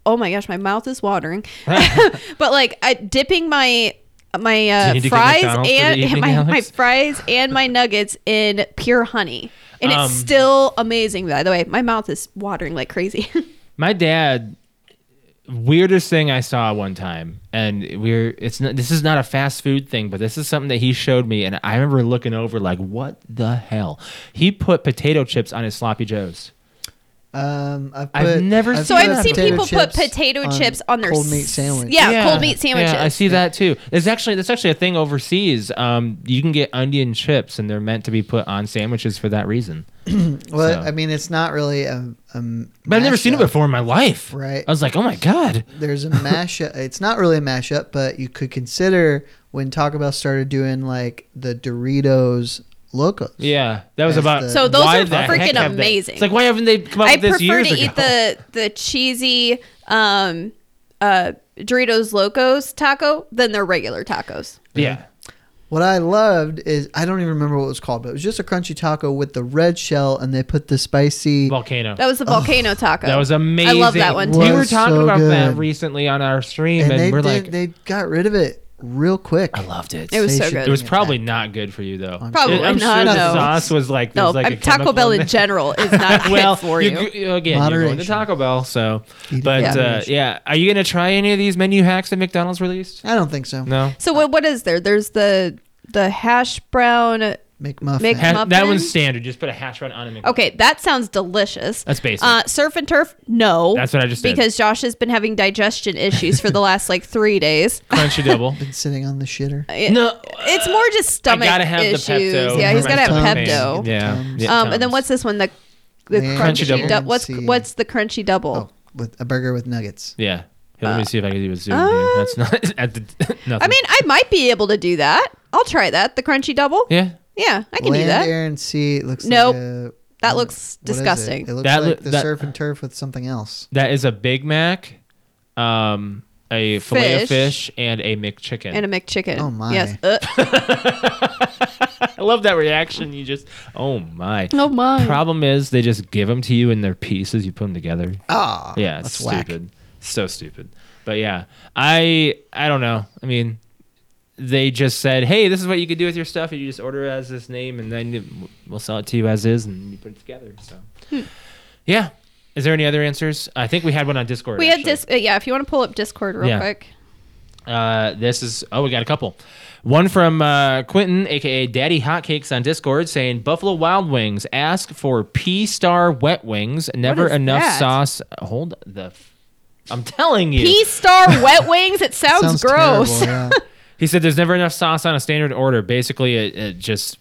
oh my gosh, my mouth is watering. but like I, dipping my, my
you
uh,
need to get
fries
McDonald's for the
and
evening,
my, my
Alex?
fries and my nuggets in pure honey. And
Um,
it's still amazing, by the way. My mouth is watering like crazy.
My dad, weirdest thing I saw one time, and we're it's not this is not a fast food thing, but this is something that he showed me, and I remember looking over like, what the hell? He put potato chips on his sloppy joes.
Um, I've, put,
I've never
So
put
I've seen
potato
people put
chips
potato chips on their
cold meat
s-
sandwich.
yeah. cold meat sandwiches.
I see that too. There's actually that's actually a thing overseas. Um, you can get onion chips, and they're meant to be put on sandwiches for that reason.
Well,
So.
I mean, it's not really a. a
But I've never seen it
mashup.
before in my life.
Right.
I was like, oh my god.
There's a mashup. it's not really a mashup, but you could consider when Taco Bell started doing like the Doritos locos.
Yeah, that was
That's
about.
the-
So those
why
are
the heck
freaking
have they-
amazing.
it's like why haven't they come out
I
with this
prefer
years
to
ago?
eat the the cheesy um, uh, Doritos Locos taco than their regular tacos.
yeah.
What I loved is I don't even remember what it was called, but it was just a crunchy taco with the red shell, and they put the spicy.
volcano.
That was the volcano taco.
That was amazing.
Oh, I love that one too.
We were
Was
talking
so
about that
good.
recently on our stream,
and
and,
they
we're
did,
like,
they got rid of it real quick.
I loved it.
It was
They
so
should
good.
It was
bring
probably
back.
not good for you though.
Probably
I'm sure
not,
the
no.
sauce was like there
no,
was like
I'm-
a
Taco
chemical
Bell
in
in
it.
general is not
well,
good for
you,
you.
gr- again, you're going to
Moderation.
Taco Bell, so.
Eat
But
in
uh,
moderation.
yeah, are you going to try any of these menu hacks that McDonald's released?
I don't think so.
No.
So what what is there? There's the the hash brown.
McMuffin.
Mc-
Ha- that
Muffin?
one's standard. Just put a hash brown on a McMuffin.
Okay, that sounds delicious.
That's basic.
Uh, surf and turf, no.
That's what I just did.
because Josh has been having digestion issues for the last like three days.
Crunchy double.
Been sitting on the shitter.
It-
no.
It's more just stomach
I gotta have
issues.
the Pepto.
yeah,
for
he's
my
gotta have
stomach
pain.
Pepto.
Yeah.
Tums.
yeah
Um, and then
Tums.
what's this one? The the
Man,
crunchy,
Crunchy double.
dou- what's
Fancy.
what's the crunchy double?
Oh, with a burger with nuggets.
Yeah. Here, let me see if I can do a zoom here. That's not. at the, nothing.
Uh, um, I mean, I might be able to do that. I'll try that. The crunchy double. Yeah,
Yeah.
I can
Land,
do that.
air, and sea. It looks
Nope.
like a, mm,
That looks
what is it?
disgusting.
It, looks
That
like
loo-
the
that-
surf and turf with something else.
That is a Big Mac, um, a filet of fish, and a McChicken.
And a McChicken.
Oh, my.
Yes. Uh,
I love that reaction. You just, oh my.
oh my.
Problem is, they just give them to you in their pieces. You put them together.
Ah,
yeah, it's
that's whack.
stupid. So stupid. But yeah, I I don't know. I mean, they just said, "Hey, this is what you could do with your stuff. You just order it as this name, and then you- we'll sell it to you as is, and you put it together." So,
Hmm.
yeah. Is there any other answers? I think we had one on Discord.
We had
actually.
Dis- uh, yeah, if you want to pull up Discord real
Yeah.
quick.
Uh, this is oh, we got a couple. One from uh, Quentin, aka Daddy Hotcakes on Discord, saying Buffalo Wild Wings ask for P Star Wet Wings. Never
is
enough
that?
sauce. Hold the. F- I'm telling you.
P Star Wet Wings. It sounds, gross.
terrible, yeah.
He said there's never enough sauce on a standard order. Basically, it, it just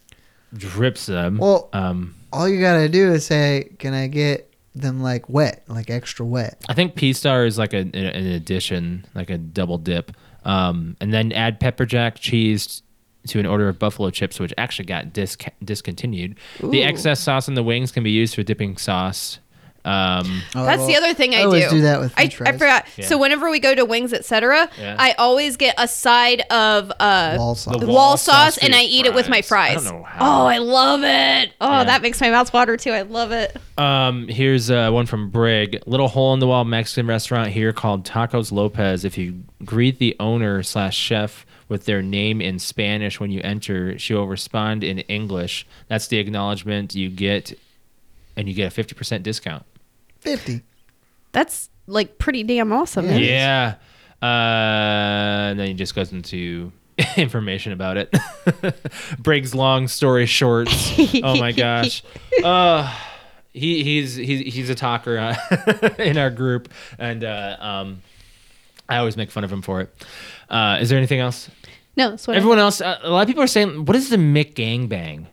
drips them.
Well-
um,
All you gotta do is say, "Can I get them like wet, like extra wet?"
I think P Star is like a, an an addition, like a double dip. Um, and then add pepper jack cheese to an order of buffalo chips, which actually got disc- discontinued. The excess sauce in the wings can be used for dipping sauce. Um,
Oh,
That's the
well,
other thing I,
I always do that with
I,
french
I
fries.
forgot.
Yeah.
So whenever we go to Wings, etc.,
Yeah.
I always get a side of uh,
wall
the
sauce.
wall, sauce, and I eat it with my fries.
I don't know
Oh,
how.
I love it. Oh,
Yeah.
that makes my mouth water too. I love it.
Um, here's uh, one from Brig. Little hole in the wall Mexican restaurant here called Tacos Lopez. If you greet the owner slash chef with their name in Spanish when you enter, she will respond in English. That's the acknowledgement you get, and you get a fifty percent discount.
Fifty.
That's like pretty damn awesome. man.
Yeah. Uh, and then he just goes into information about it. Briggs long story short. oh my gosh. Uh, he he's he's he's a talker uh, in our group, and uh, um, I always make fun of him for it. Uh, is there anything else?
No, that's what I-
Everyone else, uh, a lot of people are saying, "What is the Mick gangbang?"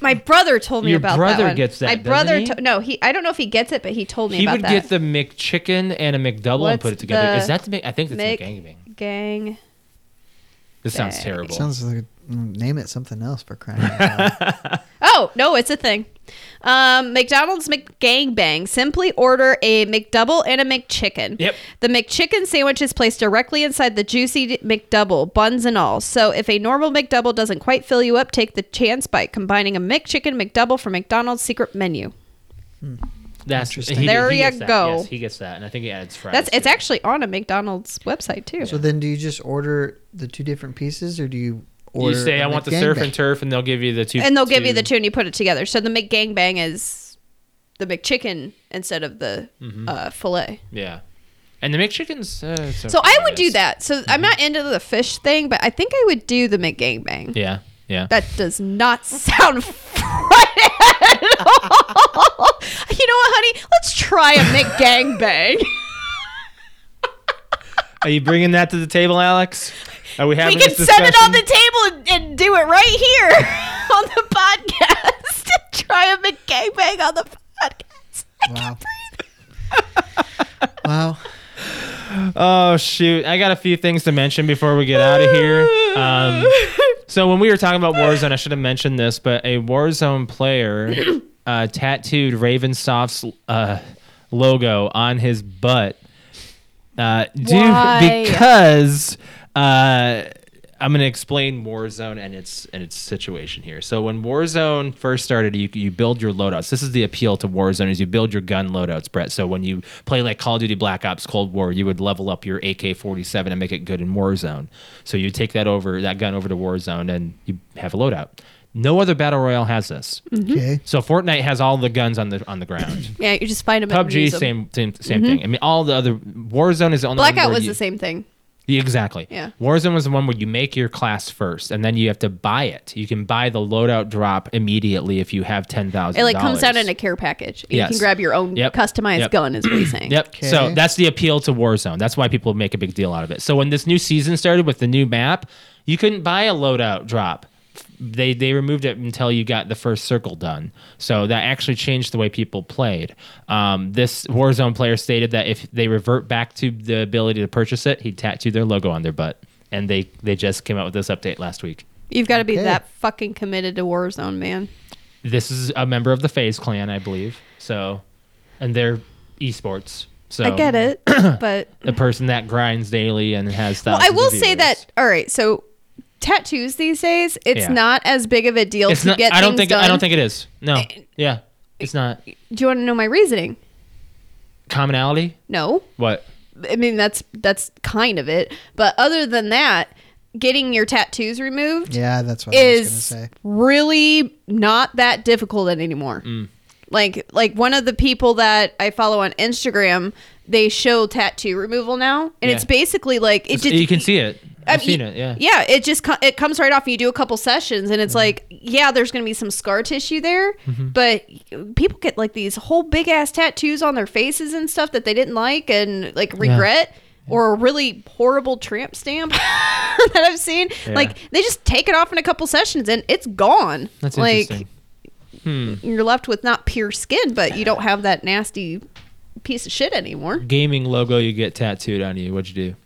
my brother told me
Your
about.
brother
that one.
gets that,
My
doesn't
brother,
he?
to- no, he. I don't know if he gets it, but he told me
He
about
would get
that.
the McChicken and a McDouble and
What's
put it together.
the
Is that the Mc? I think that's
Mick-
McGangbang.
gang.
This sounds
Bang.
terrible.
Sounds like mm, name it something else for crying out loud.
Oh no, it's a thing. Um, McDonald's McGangbang. Simply order a McDouble and a McChicken.
Yep.
The McChicken sandwich is placed directly inside the juicy McDouble, buns and all. So if a normal McDouble doesn't quite fill you up, take the chance by combining a McChicken McDouble from McDonald's secret menu.
That's
Interesting.
he-
There
he
ya
gets that.
go.
Yes, he gets that, and I think he adds fries.
That's it's
too.
actually on a McDonald's website too.
So then, do you just order the two different pieces, or do you order?
You say
a
I want the
McGangbang?"
surf and turf, and they'll give you the two.
and they'll give you the
two-
two and you put it together. So the McGangbang is the McChicken instead of the uh, fillet.
Yeah, and the McChicken's. Uh, it's okay,
So I
I
would do
guess.
that. So I'm not into the fish thing, but I think I would do the McGangbang.
Yeah, yeah.
That does not sound right at all. You know what, honey? Let's try a McGangbang.
Are you bringing that to the table, Alex? Are we
we
having?
can
this
set it on the
discussion?
table and, and do it right here on the podcast. try a McGangbang on the podcast.
Wow. wow.
Oh shoot! I got a few things to mention before we get out of here. Um, so when we were talking about Warzone, I should have mentioned this, but a Warzone player uh, tattooed Ravensoft's uh, logo on his butt. Uh, dude,
Why?
because uh, I'm gonna explain Warzone and its and its situation here. So when Warzone first started, you you build your loadouts. This is the appeal to Warzone is you build your gun loadouts, Brett. So when you play like Call of Duty Black Ops Cold War, you would level up your AK-47 and make it good in Warzone. So you take that over that gun over to Warzone and you have a loadout. No other battle royale has this.
Mm. Mm-hmm.
Okay.
So Fortnite has all the guns on the on the ground.
Yeah, you just find them. and
PUBG,
use 'em.
same same, same thing. I mean, all the other Warzone is the only one
Blackout
where
was
you-
the same thing.
yeah, Exactly.
Yeah.
Warzone was the one where you make your class first, and then you have to buy it. You can buy the loadout drop immediately if you have ten thousand.
It like comes out in a care package. You
Yes.
can grab your own
Yep.
customized
Yep.
gun, is what he's saying.
Yep. So
Okay.
that's the appeal to Warzone. That's why people make a big deal out of it. So when this new season started with the new map, you couldn't buy a loadout drop. They they removed it until you got the first circle done. So that actually changed the way people played. Um, this Warzone player stated that if they revert back to the ability to purchase it, he'd tattoo their logo on their butt. And they they just came out with this update last week.
You've got to be
Okay.
that fucking committed to Warzone, man.
This is a member of the Phase Clan, I believe. So, and they're esports. So
I get it, but
the person that grinds daily and has
well,
thousands
I will
of
say
viewers.
that. All right, so tattoos these days, it's
Yeah.
not as big of a deal
it's
to
not.
get.
I don't
things
think.
Done.
I don't think it is. No. Yeah. It's not
Do you want to know my reasoning?
commonality.
No,
What?
I mean, that's that's kind of it. But other than that, getting your tattoos removed
Yeah, that's what I was
is
gonna say.
really not that difficult anymore.
Mm.
Like like one of the people that I follow on Instagram, they show tattoo removal now, and
Yeah.
it's basically like it did
you can see it.
I
I've
mean,
seen it. Yeah. Mm-hmm.
Yeah, it just co- it comes right off. and You do a couple sessions, and it's like, yeah, there's going to be some scar tissue there, but people get like these whole big ass tattoos on their faces and stuff that they didn't like and like regret. Or a really horrible tramp stamp that I've seen.
Yeah.
Like they just take it off in a couple sessions and it's gone.
That's
like
interesting. Hmm.
you're left with not pure skin, but you don't have that nasty piece of shit anymore.
Gaming logo you get tattooed on you. What'd you do?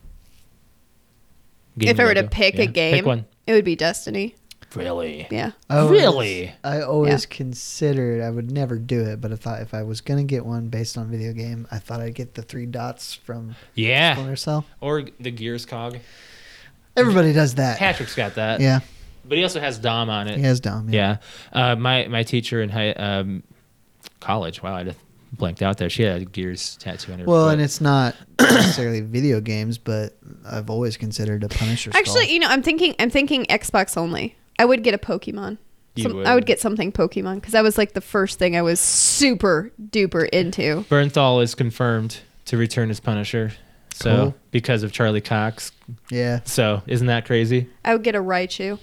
if I were to
logo.
pick
Yeah.
a game,
pick one.
it would be Destiny.
Really?
Yeah.
I always-
Really?
I always considered I would never do it, but I thought if I was gonna get one based on video game, I thought I'd get the three dots from
Yeah.
Splinter Cell.
Or the Gears cog.
Everybody does that.
Patrick's got that.
Yeah,
But he also has Dom on it.
he has dumb.
Yeah. Uh, my my teacher in high um, college. Wow, I just blanked out there. She had a Gears tattoo on her.
Well,
foot.
and it's not necessarily video games, but I've always considered a Punisher. skull.
Actually, you know, I'm thinking I'm thinking Xbox only. I would get a Pokemon.
You
Some,
would.
I would get something Pokemon because that was like the first thing I was super duper into.
Bernthal is confirmed to return as Punisher. So
Cool.
because of Charlie Cox.
yeah,
So isn't that crazy?
I would get a Raichu.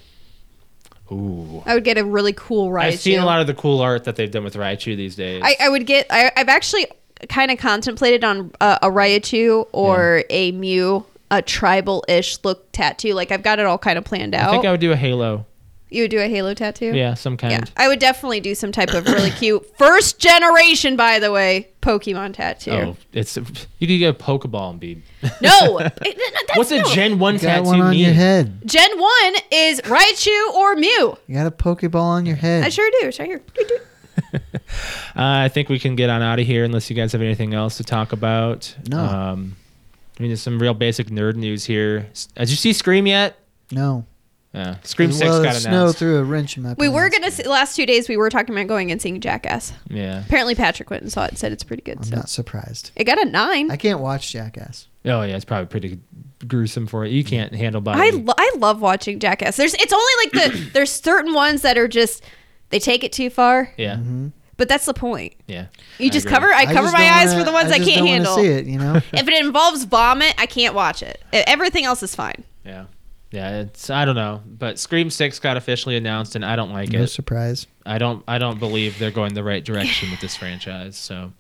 Ooh.
I would get a really cool Raichu.
I've seen a lot of the cool art that they've done with Raichu these days.
I, I would get. I, I've actually kind of contemplated on uh, a Raichu or a Mew, a tribal-ish look tattoo. Like I've got it all kind of planned
I
out.
think I would do a Halo.
you would do a Halo tattoo.
Yeah, some kind.
I would definitely do some type of really cute first generation, by the way, Pokemon tattoo.
Oh, it's you could get a Pokeball and be.
No, it- it- that's
What's a
no.
Gen One
you got
tattoo
one on
mean?
your head.
Gen one is Raichu or Mew.
You got a Pokeball on your head.
I sure do. It's right here.
Uh, I think we can get on out of here unless you guys have anything else to talk about.
No.
Um, I mean, there's some real basic nerd news here. S- uh, Did you see Scream yet?
no.
Yeah. Scream
As
Six
well,
got
the snow
announced.
threw a wrench in my.
We were
plans.
gonna see, last two days we were talking about going and seeing Jackass.
yeah.
Apparently Patrick went and saw it and said it's pretty good.
I'm
So
not surprised.
it got a nine.
I
I
can't watch Jackass.
Oh yeah, it's probably pretty gruesome for it.
Mm-hmm.
You can't handle body.
I, lo- I love watching Jackass. There's it's only like the there's certain ones that are just they take it too far,
yeah.
Mm-hmm.
but that's the point.
Yeah.
You
I
just
agree.
cover. I, cover
just
my
don't
eyes
wanna-
for the ones I,
just
can't
don't wanna
handle.
See it, you know.
If it involves vomit, I can't watch it. E- Everything else is fine.
Yeah. Yeah, it's I don't know, but Scream Six got officially announced, and I don't like
no
it.
surprise.
I don't. I don't believe they're going the right direction with this franchise. So,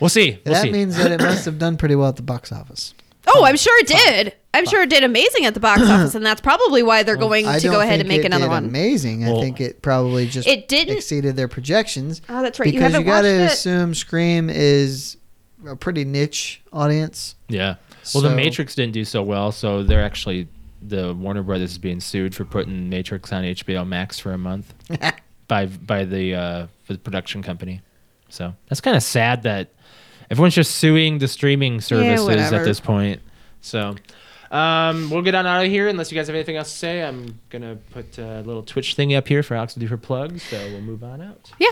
we'll see. We'll
that
see.
means that it must have done pretty well at the box office.
Oh, I'm sure it did. I'm sure it did amazing at the box office, and that's probably why they're going
I
to
don't
go
think
ahead and make
it
another
did
one.
Amazing.
Well-
I think it probably just
It didn't-
exceeded their projections.
Oh, that's right. You
Because you,
haven't
got to
watched it.
assume Scream is a pretty niche audience.
Yeah. Well, the
So-
Matrix didn't do so well, so they're actually the Warner Brothers is being sued for putting Matrix on HBO Max for a month by by the uh, the production company. So that's kind of sad that everyone's just suing the streaming services at
whatever.
this point. So. Um, we'll get on out of here unless you guys have anything else to say. I'm gonna put a little Twitch thingy up here for Alex to do her plugs, so we'll move on out.
Yeah.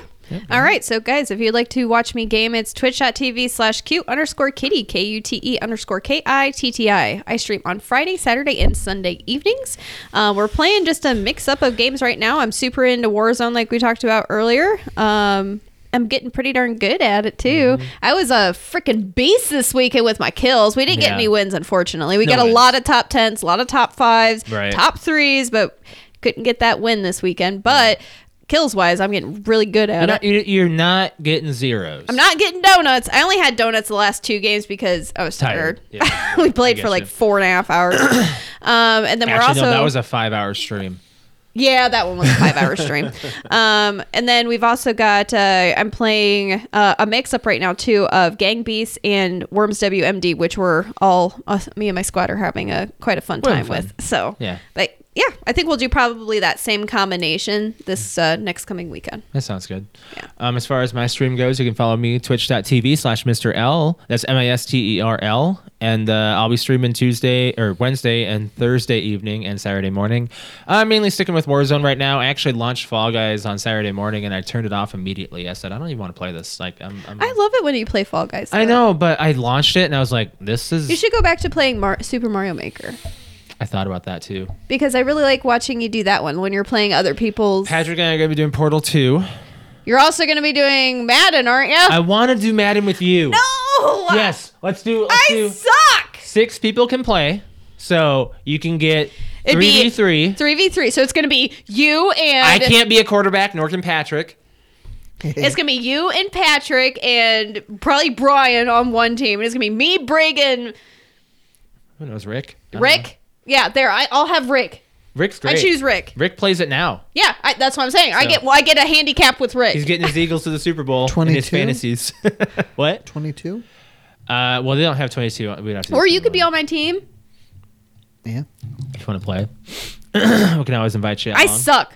All right. So, guys, if you'd like to watch me game, it's twitch.tv slash cute underscore kitty, K U T E underscore K I T T I. I stream on Friday, Saturday, and Sunday evenings. Uh, we're playing just a mix up of games right now. I'm super into Warzone, like we talked about earlier. Um, I'm getting pretty darn good at it too.
Mm-hmm.
I was a freaking beast this weekend with my kills. We didn't
Yeah.
get any wins, unfortunately. We
No
got a
wins.
lot of top tens, a lot of top fives,
Right.
top threes, but couldn't get that win this weekend. But kills wise, I'm getting really good at
You're
it.
not, you're- you're not getting zeros.
I'm not getting donuts. I only had donuts the last two games because I was
Tired.
tired.
Yeah, I
we played for
guess
like
you.
four and a half hours. um, and then
Actually,
we're also
no, that was a five-hour stream.
yeah, that one was a five hour stream. Um, and then we've also got uh, I'm playing uh, a mix up right now too of Gang Beasts and Worms WMD, which we're all us, me and uh, my squad are having a quite a fun
We're
time
having fun.
with. So
Yeah.
like yeah, I think we'll do probably that same combination this uh, next coming weekend.
That sounds good. Um, as far as my stream goes, you can follow me twitch.tv slash Mr. L. That's M I S T E R L. And uh, I'll be streaming Tuesday or Wednesday and Thursday evening and Saturday morning. I'm mainly sticking with Warzone right now. I actually launched Fall Guys on Saturday morning and I turned it off immediately. I said, I don't even want to play this. Like, I'm. I'm
I love it when you play Fall Guys.
I
though.
know, but I launched it and I was like, this is.
You should go back to playing Mar- Super Mario Maker
I thought about that too.
because I really like watching you do that one when you're playing other people's.
Patrick and I are going to be doing Portal 2.
You're also going to be doing Madden, aren't you?
I want to do Madden with you.
no.
Yes. Let's do. Let's
I
do.
suck.
six people can play, so you can get
It'd
three v
be-
three.
Three v three. So it's going to be you and
I can't be a quarterback, nor can Patrick.
It's gonna be you and Patrick and probably Brian on one team. And it's gonna be me, Brig, and
Who knows, Rick? I don't know.
Rick. Yeah, there. I, I'll have Rick.
Rick's great.
I choose Rick.
Uh-huh. Rick plays it now.
Yeah, I, that's what I'm saying. I
So-
get well, I get a handicap with Rick.
He's getting his Eagles to the Super Bowl. in his
22?
fantasies. what?
22?
Uh, well, they don't have twenty two. We'd have to. do
or you could
something
be on my team.
Yeah.
if you want to play. we can always invite you.
I
along.
suck.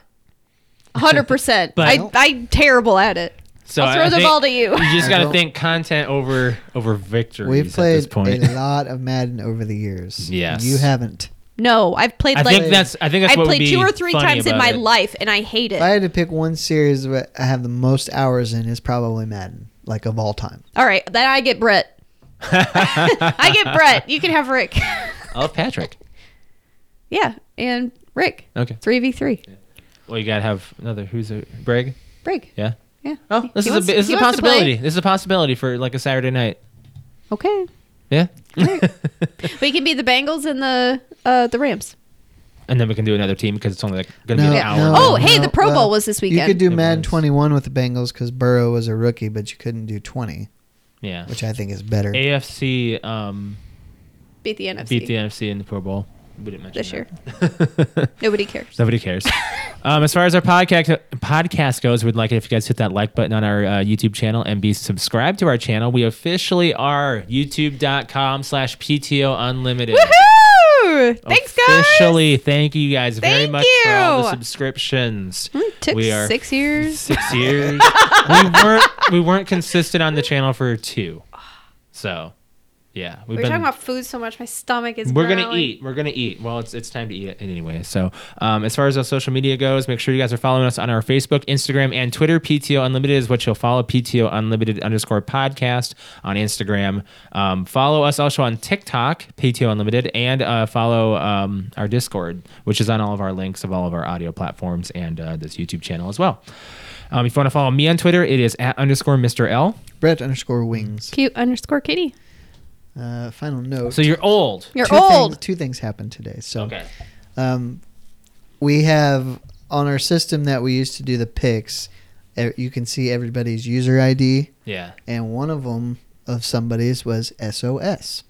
100%.
But-
I, I'm terrible at it.
so
I'll throw the
think
ball to you.
You just
I
got to
don't-
think content over over victories at
We've
this
played
point.
a lot of Madden over the years.
Yes.
You haven't.
No, I've played
I
like
think that's. I think that's
I've
what would
played
be
two or three
funny
times in
about
my
it.
life and I hate it.
If I had to pick one series that I have the most hours in, it's probably Madden, like of all time.
All right, then I get Brett. I get Brett. You can have Rick.
I love Oh, Patrick.
yeah, and Rick.
Okay.
3v3.
Well, you gotta have another. Who's a Brig?
Brig.
Yeah.
Yeah.
Oh, this
He
is
wants-
a this is
he
a
wants to play.
possibility. This is a possibility for like a Saturday night.
Okay.
Yeah.
We can be the Bengals and the uh, the Rams.
and then we can do another team because it's only like gonna
No,
be an
Yeah.
hour.
no.
Oh, hey,
no,
the Pro
well,
Bowl was this
You
weekend.
could do
It
Madden
was.
21 with the Bengals because Burrow was a rookie, but you couldn't do 20,
Yeah.
which I think is better.
AFC um,
beat the NFC.
beat the NFC in the Pro Bowl. We didn't mention
This year.
that.
Nobody cares.
Nobody cares. um, as far as our podcast podcast goes, we'd like it if you guys hit that like button on our uh, YouTube channel and be subscribed to our channel. We officially are youtube.com slash PTO Unlimited.
Woo! Thanks, guys.
Officially, thank you guys very
Thank
much for all the
you. Mm,
subscriptions. Oh,
Took
we are
six years.
six years. we weren't we weren't consistent on the channel for two, so yeah, we've
We're talking about food so much, my stomach is.
we're gonna
growling.
eat. We're gonna eat. Well, it's it's time to eat it anyway. So, um, as far as our social media goes, make sure you guys are following us on our Facebook, Instagram, and Twitter. PTO Unlimited is what you'll follow. PTO Unlimited underscore podcast on Instagram. Um, follow us also on TikTok, PTO Unlimited, and uh, follow um, our Discord, which is on all of our links of all of our audio platforms and uh, this YouTube channel as well. Um, if you want to follow me on Twitter, it is at underscore Mr. L.
Brett underscore wings.
Cute underscore kitty.
Uh, final note.
So you're old.
You're
two
old.
Things, two things happened today. So
Okay.
um, we have on our system that we used to do the picks, e- you can see everybody's user ID,
Yeah.
and one of them of somebody's was SOS.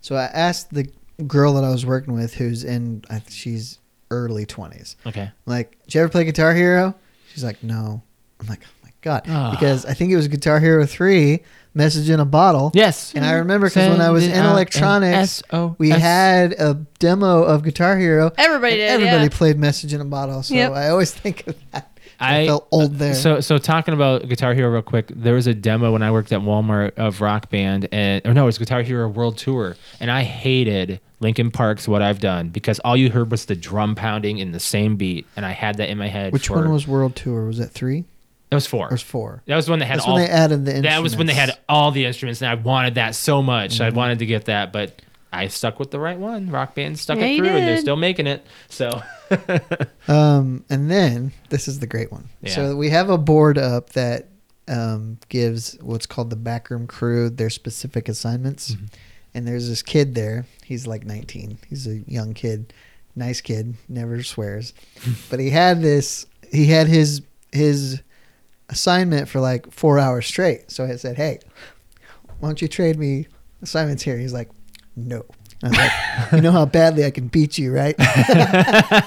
So I asked the girl that I was working with, who's in, I th- she's early 20s,
Okay.
like, did you ever play Guitar Hero? She's like, no. I'm like, oh my God.
Ah.
Because I think it was Guitar Hero 3, Message in a Bottle.
Yes.
And I remember because when I was in
Sending out an
electronics,
SOS.
we had a demo of Guitar Hero.
Everybody
and
did,
Everybody
yeah.
played Message in a Bottle. So
Yep.
I always think of that. I,
I-
felt old there.
So, so talking about Guitar Hero real quick, there was a demo when I worked at Walmart of Rock Band, and or no, it was Guitar Hero World Tour, and I hated Linkin Park's "What I've Done" because all you heard was the drum pounding in the same beat, and I had that in my head.
Which
for-
one was World Tour? Was it three
That was four.
or was four?
That was when they had
That's
all.
when they added the
that was when they had
instruments. Mm-hmm.
all the instruments, and I wanted that so much. I wanted to get that, but I stuck with the right one. Rock Band stuck
Yeah,
it
you
through, and they're
did.
still making it. So,
Um, and then this is the great one.
Yeah.
So we have a board up that um, gives what's called the backroom crew their specific assignments. And there's this kid there. He's like 19. He's a young kid, nice kid, never swears. but he had this. He had his his assignment for like four hours straight. So I said, "Hey, why don't you trade me assignments here?" He's like, "No." I was like, "You know how badly I can beat you, right?"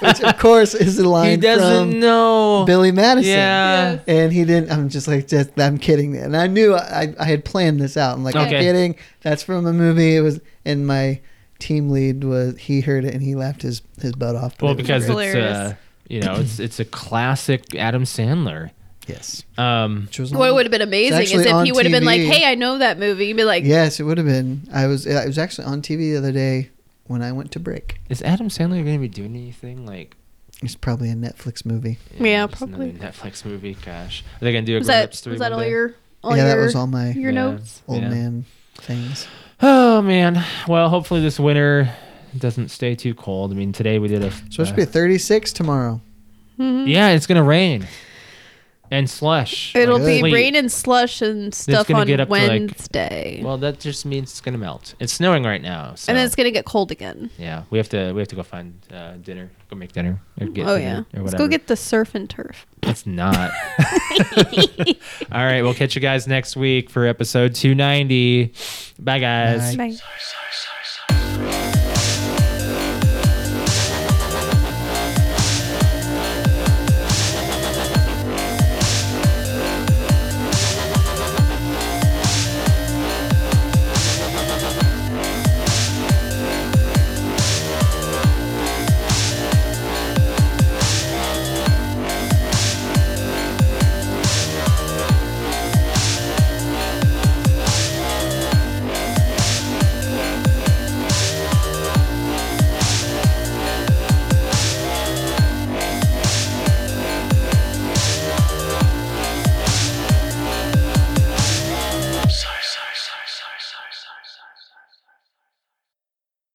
Which of course is a line
he doesn't
from
know.
Billy Madison.
Yeah. Yes.
And he didn't. I'm just like, just I'm kidding. And I knew I, I had planned this out. I'm like, I'm
Okay.
kidding. That's from a movie. It was in my team lead was he heard it and he laughed his his butt off. but
Well,
it was
because it's
great.
uh,
hilarious.
you know it's it's a classic Adam Sandler.
yes,
Um,
Which was
What
on-
would have been amazing is
actually
if
on
he would have been like,
TV.
"Hey, I know that movie." You'd be like,
yes, it would have been. I was I was actually on TV the other day when I went to break.
is Adam Sandler going to be doing anything like?
It's probably a Netflix movie.
you
Yeah,
just another
probably.
Netflix movie. Gosh, are they going to do a
"Was
Grown
that
Ups three?
was that
one
all
day?
your all
yeah,
your
that was all my
your
Yeah.
notes?"
old
Yeah.
Oh, man things.
Oh man. Well, hopefully this winter doesn't stay too cold. I mean, today we did a. uh,
So it's supposed to be 36 tomorrow.
Mm-hmm.
yeah, it's gonna rain and slush.
It'll
like
be
sleet.
rain and slush and stuff
gonna
on
get up to, like-
Wednesday,
Well, that just means it's gonna melt. It's snowing right now. So.
and then it's gonna get cold again.
yeah, we have to we have to go find uh, dinner. Go make dinner. Or get
oh yeah,
dinner Or
let's
whatever.
go get the surf and turf.
It's not. All right, we'll catch you guys next week for episode 290. Bye guys.
Bye.
Bye.
sorry, sorry.